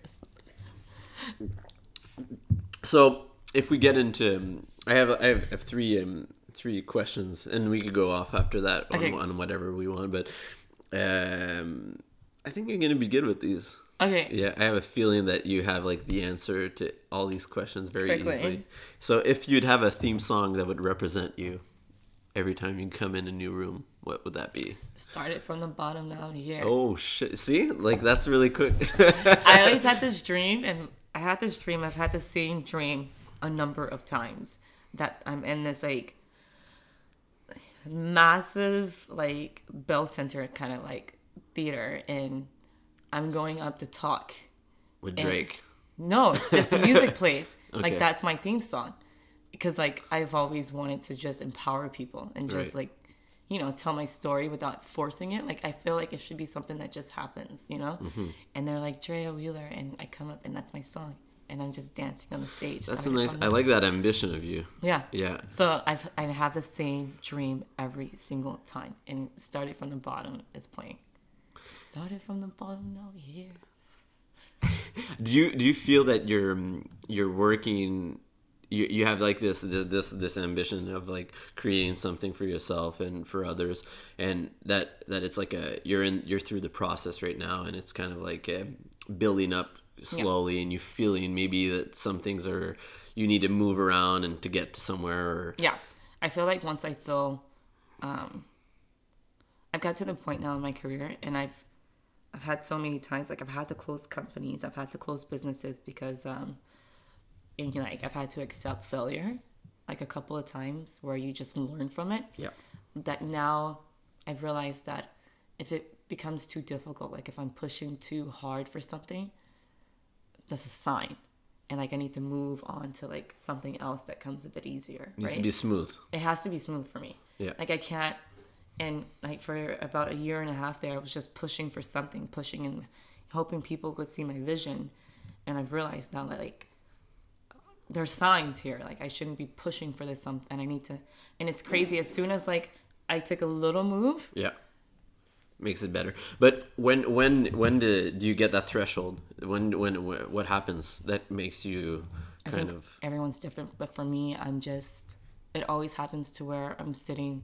Speaker 1: So if we get into, um, I have I have, I have three um, three questions, and we could go off after that on,
Speaker 2: Okay.
Speaker 1: on whatever we want. But um, I think you're gonna be good with these.
Speaker 2: Okay.
Speaker 1: Yeah, I have a feeling that you have like the answer to all these questions very
Speaker 2: Quickly.
Speaker 1: easily. So if you'd have a theme song that would represent you every time you come in a new room, what would that be?
Speaker 2: Start it from the bottom down here.
Speaker 1: Oh shit. See? Like that's really quick. [LAUGHS]
Speaker 2: I always had this dream, and I had this dream. I've had the same dream a number of times that I'm in this like massive like Bell Center kind of like theater, and I'm going up to talk.
Speaker 1: with Drake.
Speaker 2: No, it's just
Speaker 1: [LAUGHS]
Speaker 2: the music plays.
Speaker 1: Okay.
Speaker 2: Like that's my theme song. Because like I've always wanted to just empower people and just
Speaker 1: Right.
Speaker 2: like you know, tell my story without forcing it. Like I feel like it should be something that just happens, you know?
Speaker 1: Mm-hmm.
Speaker 2: And they're like Drea Wheeler and I come up and that's my song. And I'm just dancing on the stage.
Speaker 1: That's a
Speaker 2: having
Speaker 1: nice.
Speaker 2: fun.
Speaker 1: I like that ambition of you.
Speaker 2: Yeah.
Speaker 1: Yeah.
Speaker 2: So I've I have the same dream every single time and started from the bottom, it's playing. Started from the bottom, now we're here.
Speaker 1: Do you do you feel that you're mm, you're working? You, you have like this this this ambition of like creating something for yourself and for others, and that that it's like a you're in you're through the process right now, and it's kind of like um building up slowly, and you feeling maybe that some things are you need to move around and to get to somewhere or
Speaker 2: Yeah. I feel like once I feel um I've got to the point now in my career and I've I've had so many times like I've had to close companies, I've had to close businesses because um and, like I've had to accept failure like a couple of times where you just learn from it.
Speaker 1: yeah
Speaker 2: that now I've realized that if it becomes too difficult, like if I'm pushing too hard for something, that's a sign. And like I need to move on to like something else that comes a bit easier.
Speaker 1: needs
Speaker 2: right?
Speaker 1: to be smooth.
Speaker 2: it has to be smooth for me.
Speaker 1: Yeah.
Speaker 2: Like I can't and like for about a year and a half there I was just pushing for something, pushing and hoping people could see my vision. And I've realized now that like there's signs here. Like I shouldn't be pushing for this something and I need to and it's crazy. As soon as like I took a little move,
Speaker 1: Yeah. Makes it better. But when when when do, do you get that threshold? When when wh- what happens that makes you
Speaker 2: I
Speaker 1: kind
Speaker 2: think
Speaker 1: of
Speaker 2: everyone's different, but for me, I'm just. It always happens to where I'm sitting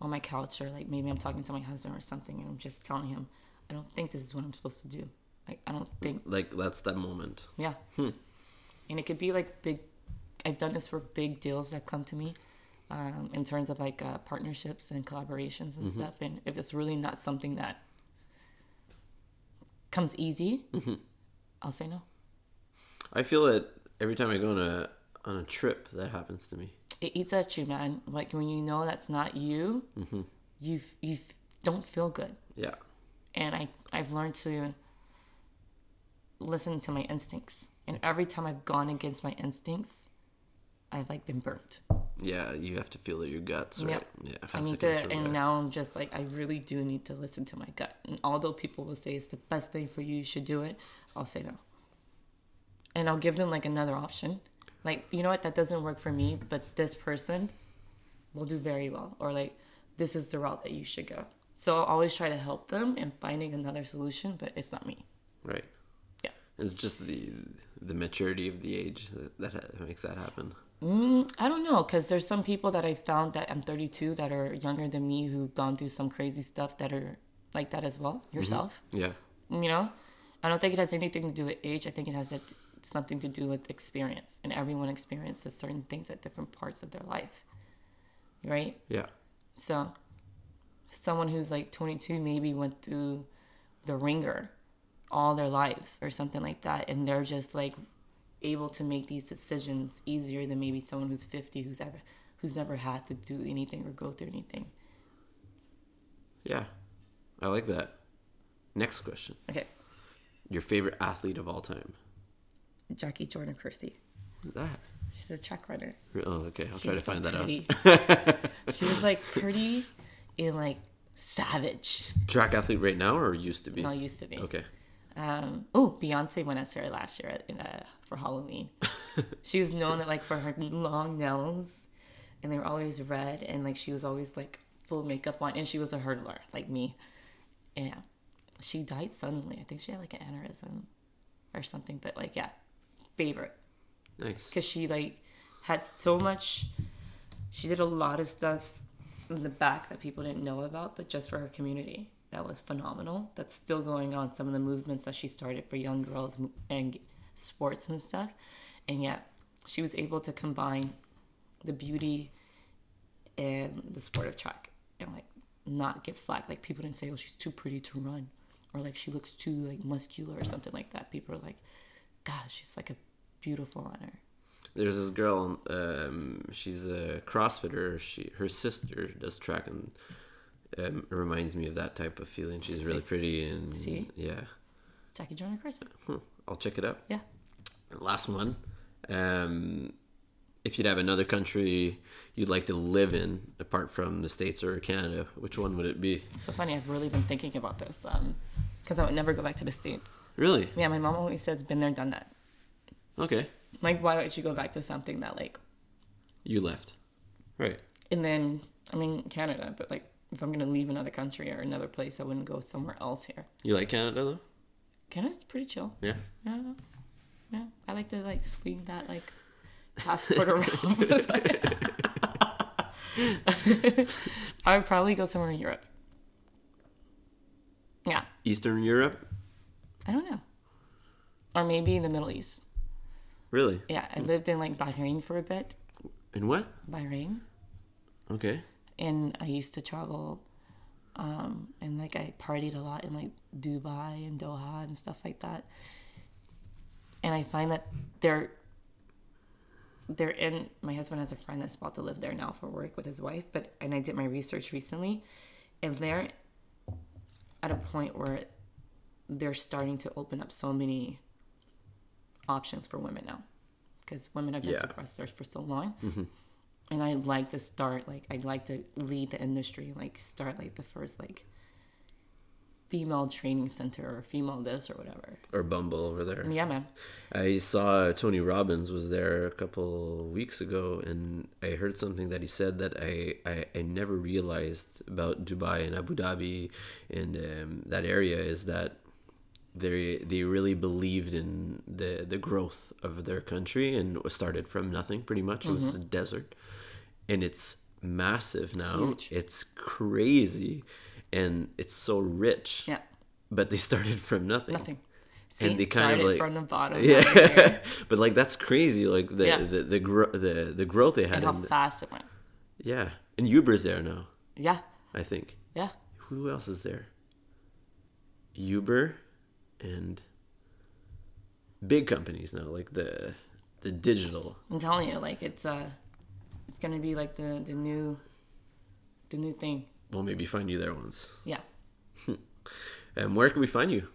Speaker 2: on my couch, or like maybe I'm talking to my husband or something, and I'm just telling him, I don't think this is what I'm supposed to do. Like I don't think,
Speaker 1: like that's that moment.
Speaker 2: yeah.
Speaker 1: Hmm.
Speaker 2: And it could be like big. I've done this for big deals that come to me, um, in terms of like uh, partnerships and collaborations and
Speaker 1: Mm-hmm.
Speaker 2: stuff. And if it's really not something that comes easy,
Speaker 1: Mm-hmm.
Speaker 2: I'll say no.
Speaker 1: I feel it every time I go on a on a trip that happens to me.
Speaker 2: it eats at you, man. Like when you know that's not you, you f- you f- don't feel good.
Speaker 1: Yeah.
Speaker 2: And I I've learned to listen to my instincts. And every time I've gone against my instincts, I've like been burnt.
Speaker 1: Yeah, you have to feel your guts,
Speaker 2: Yeah.
Speaker 1: right? Yeah. it
Speaker 2: I
Speaker 1: has
Speaker 2: need
Speaker 1: come
Speaker 2: to,
Speaker 1: from
Speaker 2: and
Speaker 1: there.
Speaker 2: now I'm just like I really do need to listen to my gut. And although people will say it's the best thing for you, you should do it, I'll say no. And I'll give them like another option, like you know what, that doesn't work for me, but this person will do very well, or like this is the route that you should go. So I'll always try to help them in finding another solution, but it's not me.
Speaker 1: Right.
Speaker 2: Yeah.
Speaker 1: It's just the the maturity of the age that, that ha- makes that happen.
Speaker 2: I don't know, because there's some people that I found that I'm 32 that are younger than me who've gone through some crazy stuff that are like that as well. Yourself.
Speaker 1: Yeah.
Speaker 2: you know i don't think it has anything to do with age i think it has that something to do with experience and everyone experiences certain things at different parts of their life right
Speaker 1: Yeah.
Speaker 2: so someone who's like 22 maybe went through the ringer all their lives or something like that and they're just like able to make these decisions easier than maybe someone who's 50 who's ever who's never had to do anything or go through anything
Speaker 1: Yeah. I like that. Next question.
Speaker 2: okay
Speaker 1: Your favorite athlete of all time.
Speaker 2: jackie jordan kersey
Speaker 1: Who's that?
Speaker 2: she's a track runner
Speaker 1: Oh, okay. I'll try to
Speaker 2: She's so
Speaker 1: find that out.
Speaker 2: pretty.
Speaker 1: [LAUGHS]
Speaker 2: she was like pretty and like savage.
Speaker 1: Track athlete right now or used to be?
Speaker 2: No, used to be.
Speaker 1: Okay.
Speaker 2: Um, oh, Beyonce went as her last year in, uh, for
Speaker 1: [LAUGHS]
Speaker 2: Halloween. she was known like for her long nails, and they were always red, and like she was always like full makeup on, and she was a hurdler like me. Yeah, she died suddenly. I think she had like an aneurysm or something. But like, yeah, favorite.
Speaker 1: Nice.
Speaker 2: because she like had so much she did a lot of stuff in the back that people didn't know about but just for her community that was phenomenal that's still going on some of the movements that she started for young girls m- and sports and stuff and yet she was able to combine the beauty and the sport of track and like not get flack like people didn't say oh she's too pretty to run or like she looks too like muscular or something like that people are like gosh she's like a beautiful runner
Speaker 1: There's this girl. Um, she's a CrossFitter. She her sister does track and um, it reminds me of that type of feeling. She's really pretty and
Speaker 2: See?
Speaker 1: yeah, Hmm.
Speaker 2: Jackie Joyner Carson.
Speaker 1: I'll check it out.
Speaker 2: Yeah.
Speaker 1: Last one. Um, if you'd have another country you'd like to live in apart from the states or Canada, which one would it be?
Speaker 2: It's so funny. I've really been thinking about this because I would never go back to the states.
Speaker 1: Really?
Speaker 2: Yeah, my mom always says, "Been there, done that."
Speaker 1: Okay.
Speaker 2: Like, why would you go back to something that like?
Speaker 1: You left. Right.
Speaker 2: And then, I mean, Canada, but like, if I'm gonna leave another country or another place, I wouldn't go somewhere else here.
Speaker 1: You like Canada though?
Speaker 2: Canada's pretty chill.
Speaker 1: Yeah.
Speaker 2: Yeah, yeah. I like to like sling that like passport [LAUGHS] around. [LAUGHS] I would probably go somewhere in Europe. Yeah,
Speaker 1: Eastern Europe?
Speaker 2: I don't know, or maybe in the Middle East.
Speaker 1: Really?
Speaker 2: Yeah, I lived in like Bahrain for a bit.
Speaker 1: And what?
Speaker 2: Bahrain.
Speaker 1: Okay.
Speaker 2: and I used to travel um, and like I partied a lot in like Dubai and Doha and stuff like that. And I find that they're they're in my husband has a friend that's about to live there now for work with his wife, but and I did my research recently and they're at a point where they're starting to open up so many options for women now because women have been
Speaker 1: Yeah.
Speaker 2: suppressed theirs for so long and I'd like to start like I'd like to lead the industry and like start like the first like female training center or female this or whatever.
Speaker 1: Or Bumble over there.
Speaker 2: Yeah, man.
Speaker 1: I saw Tony Robbins was there a couple weeks ago, and I heard something that he said that I, I, I never realized about Dubai and Abu Dhabi and um, that area is that they they really believed in the the growth of their country and started from nothing pretty much. It was a desert, and it's massive now.
Speaker 2: Huge.
Speaker 1: It's crazy, and it's so rich.
Speaker 2: Yeah,
Speaker 1: But they started from nothing.
Speaker 2: nothing. See,
Speaker 1: they kind
Speaker 2: started
Speaker 1: of, like-
Speaker 2: from the bottom. Yeah,
Speaker 1: [LAUGHS] Yeah, [LAUGHS] but like that's crazy. Like the
Speaker 2: Yeah.
Speaker 1: the the, gro- the the growth they [LAUGHS] had.
Speaker 2: and how
Speaker 1: in the-
Speaker 2: fast it went.
Speaker 1: yeah, and Uber's there now.
Speaker 2: Yeah,
Speaker 1: I think.
Speaker 2: yeah.
Speaker 1: Who else is there? Uber, and big companies now, like the the digital.
Speaker 2: I'm telling you, like it's uh, it's gonna be like the the new, the new thing.
Speaker 1: We'll maybe find you there once.
Speaker 2: Yeah,
Speaker 1: And where can we find you?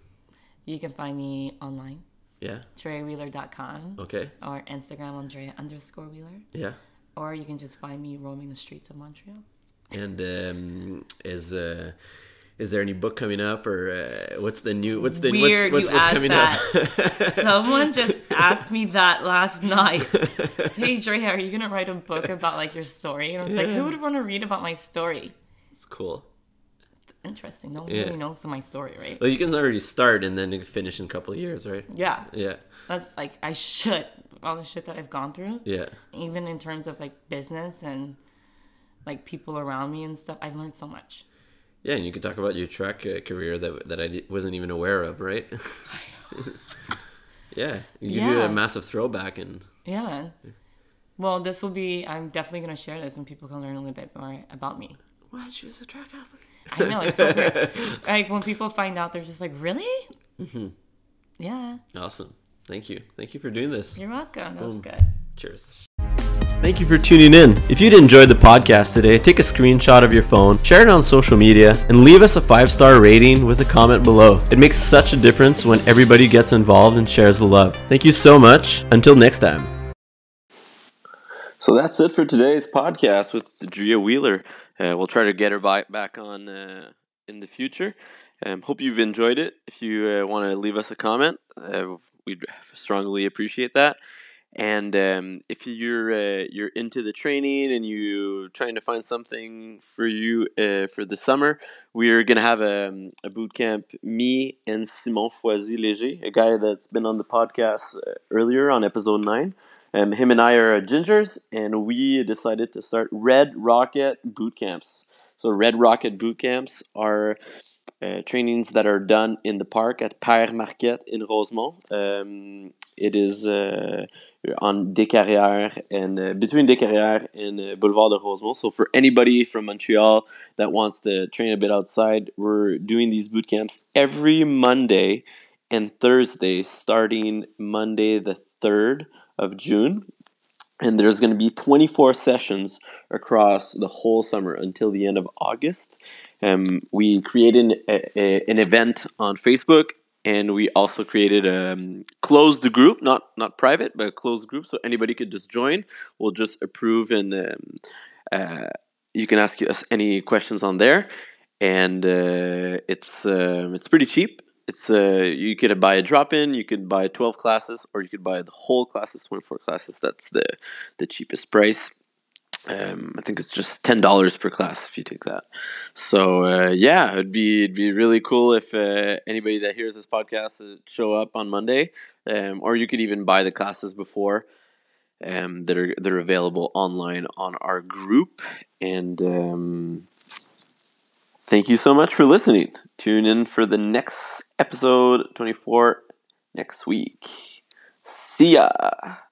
Speaker 2: you can find me online,
Speaker 1: Yeah.
Speaker 2: TreyWheeler.com
Speaker 1: Okay.
Speaker 2: or Instagram Andrea underscore Wheeler,
Speaker 1: Yeah.
Speaker 2: or you can just find me roaming the streets
Speaker 1: [LAUGHS]
Speaker 2: of Montreal.
Speaker 1: And um, is uh, is there any book coming up or uh, what's the new what's the
Speaker 2: Weird
Speaker 1: what's what's,
Speaker 2: you
Speaker 1: what's
Speaker 2: asked
Speaker 1: coming up?
Speaker 2: Someone just asked me that last night. Hey Dre, are you gonna write a book about like your story? And I was like, who would want to read about my story?
Speaker 1: [LAUGHS] it's cool.
Speaker 2: Interesting. No one
Speaker 1: Yeah.
Speaker 2: really knows my story, right?
Speaker 1: Well, you can already start and then finish in a couple of years, right?
Speaker 2: Yeah.
Speaker 1: Yeah,
Speaker 2: That's like I should all the shit that I've gone through,
Speaker 1: yeah,
Speaker 2: even in terms of like business and like people around me and stuff. I've learned so much.
Speaker 1: yeah. And you could talk about your track uh, career that that I di- wasn't even aware of, right? [LAUGHS] yeah, you could do
Speaker 2: Yeah.
Speaker 1: a massive throwback and
Speaker 2: Yeah, man. Well, this will be. I'm definitely gonna share this, and people can learn a little bit more about me.
Speaker 1: what? She was a track athlete.
Speaker 2: I know it's so weird. like when people find out, they're just like, "Really? Mm-hmm. Yeah,
Speaker 1: Awesome. Thank you. Thank you for doing this.
Speaker 2: you're welcome. That was
Speaker 1: Boom.
Speaker 2: good."
Speaker 1: Cheers.
Speaker 3: Thank you for tuning in. If you'd enjoyed the podcast today, take a screenshot of your phone, share it on social media, and leave us a five star rating with a comment below. It makes such a difference when everybody gets involved and shares the love. Thank you so much. Until next time.
Speaker 4: So that's it for today's podcast with Drea Wheeler. Uh, we'll try to get her by, back on uh, in the future. Um, hope you've enjoyed it. If you uh, want to leave us a comment, uh, we'd strongly appreciate that. And um, if you're uh, you're into the training and you trying to find something for you uh, for the summer, we're gonna have a, a boot camp. Me and Simon Foisy Léger, a guy that's been on the podcast uh, earlier on episode nine. Um, him and I are gingers, and we decided to start Red Rocket boot camps. So Red Rocket boot camps are uh, trainings that are done in the park at Père Marquette in Rosemont. Um, it is uh, on Descarrières and uh, between Descarrières and uh, Boulevard de Rosemont. So for anybody from Montreal that wants to train a bit outside, we're doing these boot camps every Monday and Thursday, starting Monday the third of June. And there's going to be 24 sessions across the whole summer until the end of August. Um, we created an, a, a- an event on Facebook
Speaker 1: and we also created a um, closed group, not not private, but a closed group, so anybody could just join. We'll just approve, and um, uh, you can ask us any questions on there. And uh, it's um it's pretty cheap. It's uh, you could buy a drop in, you could buy twelve classes, or you could buy the whole classes, twenty four classes. That's the the cheapest price. Um, I think it's just ten dollars per class if you take that. So uh, yeah, it'd be it'd be really cool if uh, anybody that hears this podcast uh, show up on Monday, um, or you could even buy the classes before um, that are that are available online on our group. And um, thank you so much for listening. Tune in for the next episode twenty four next week. See ya.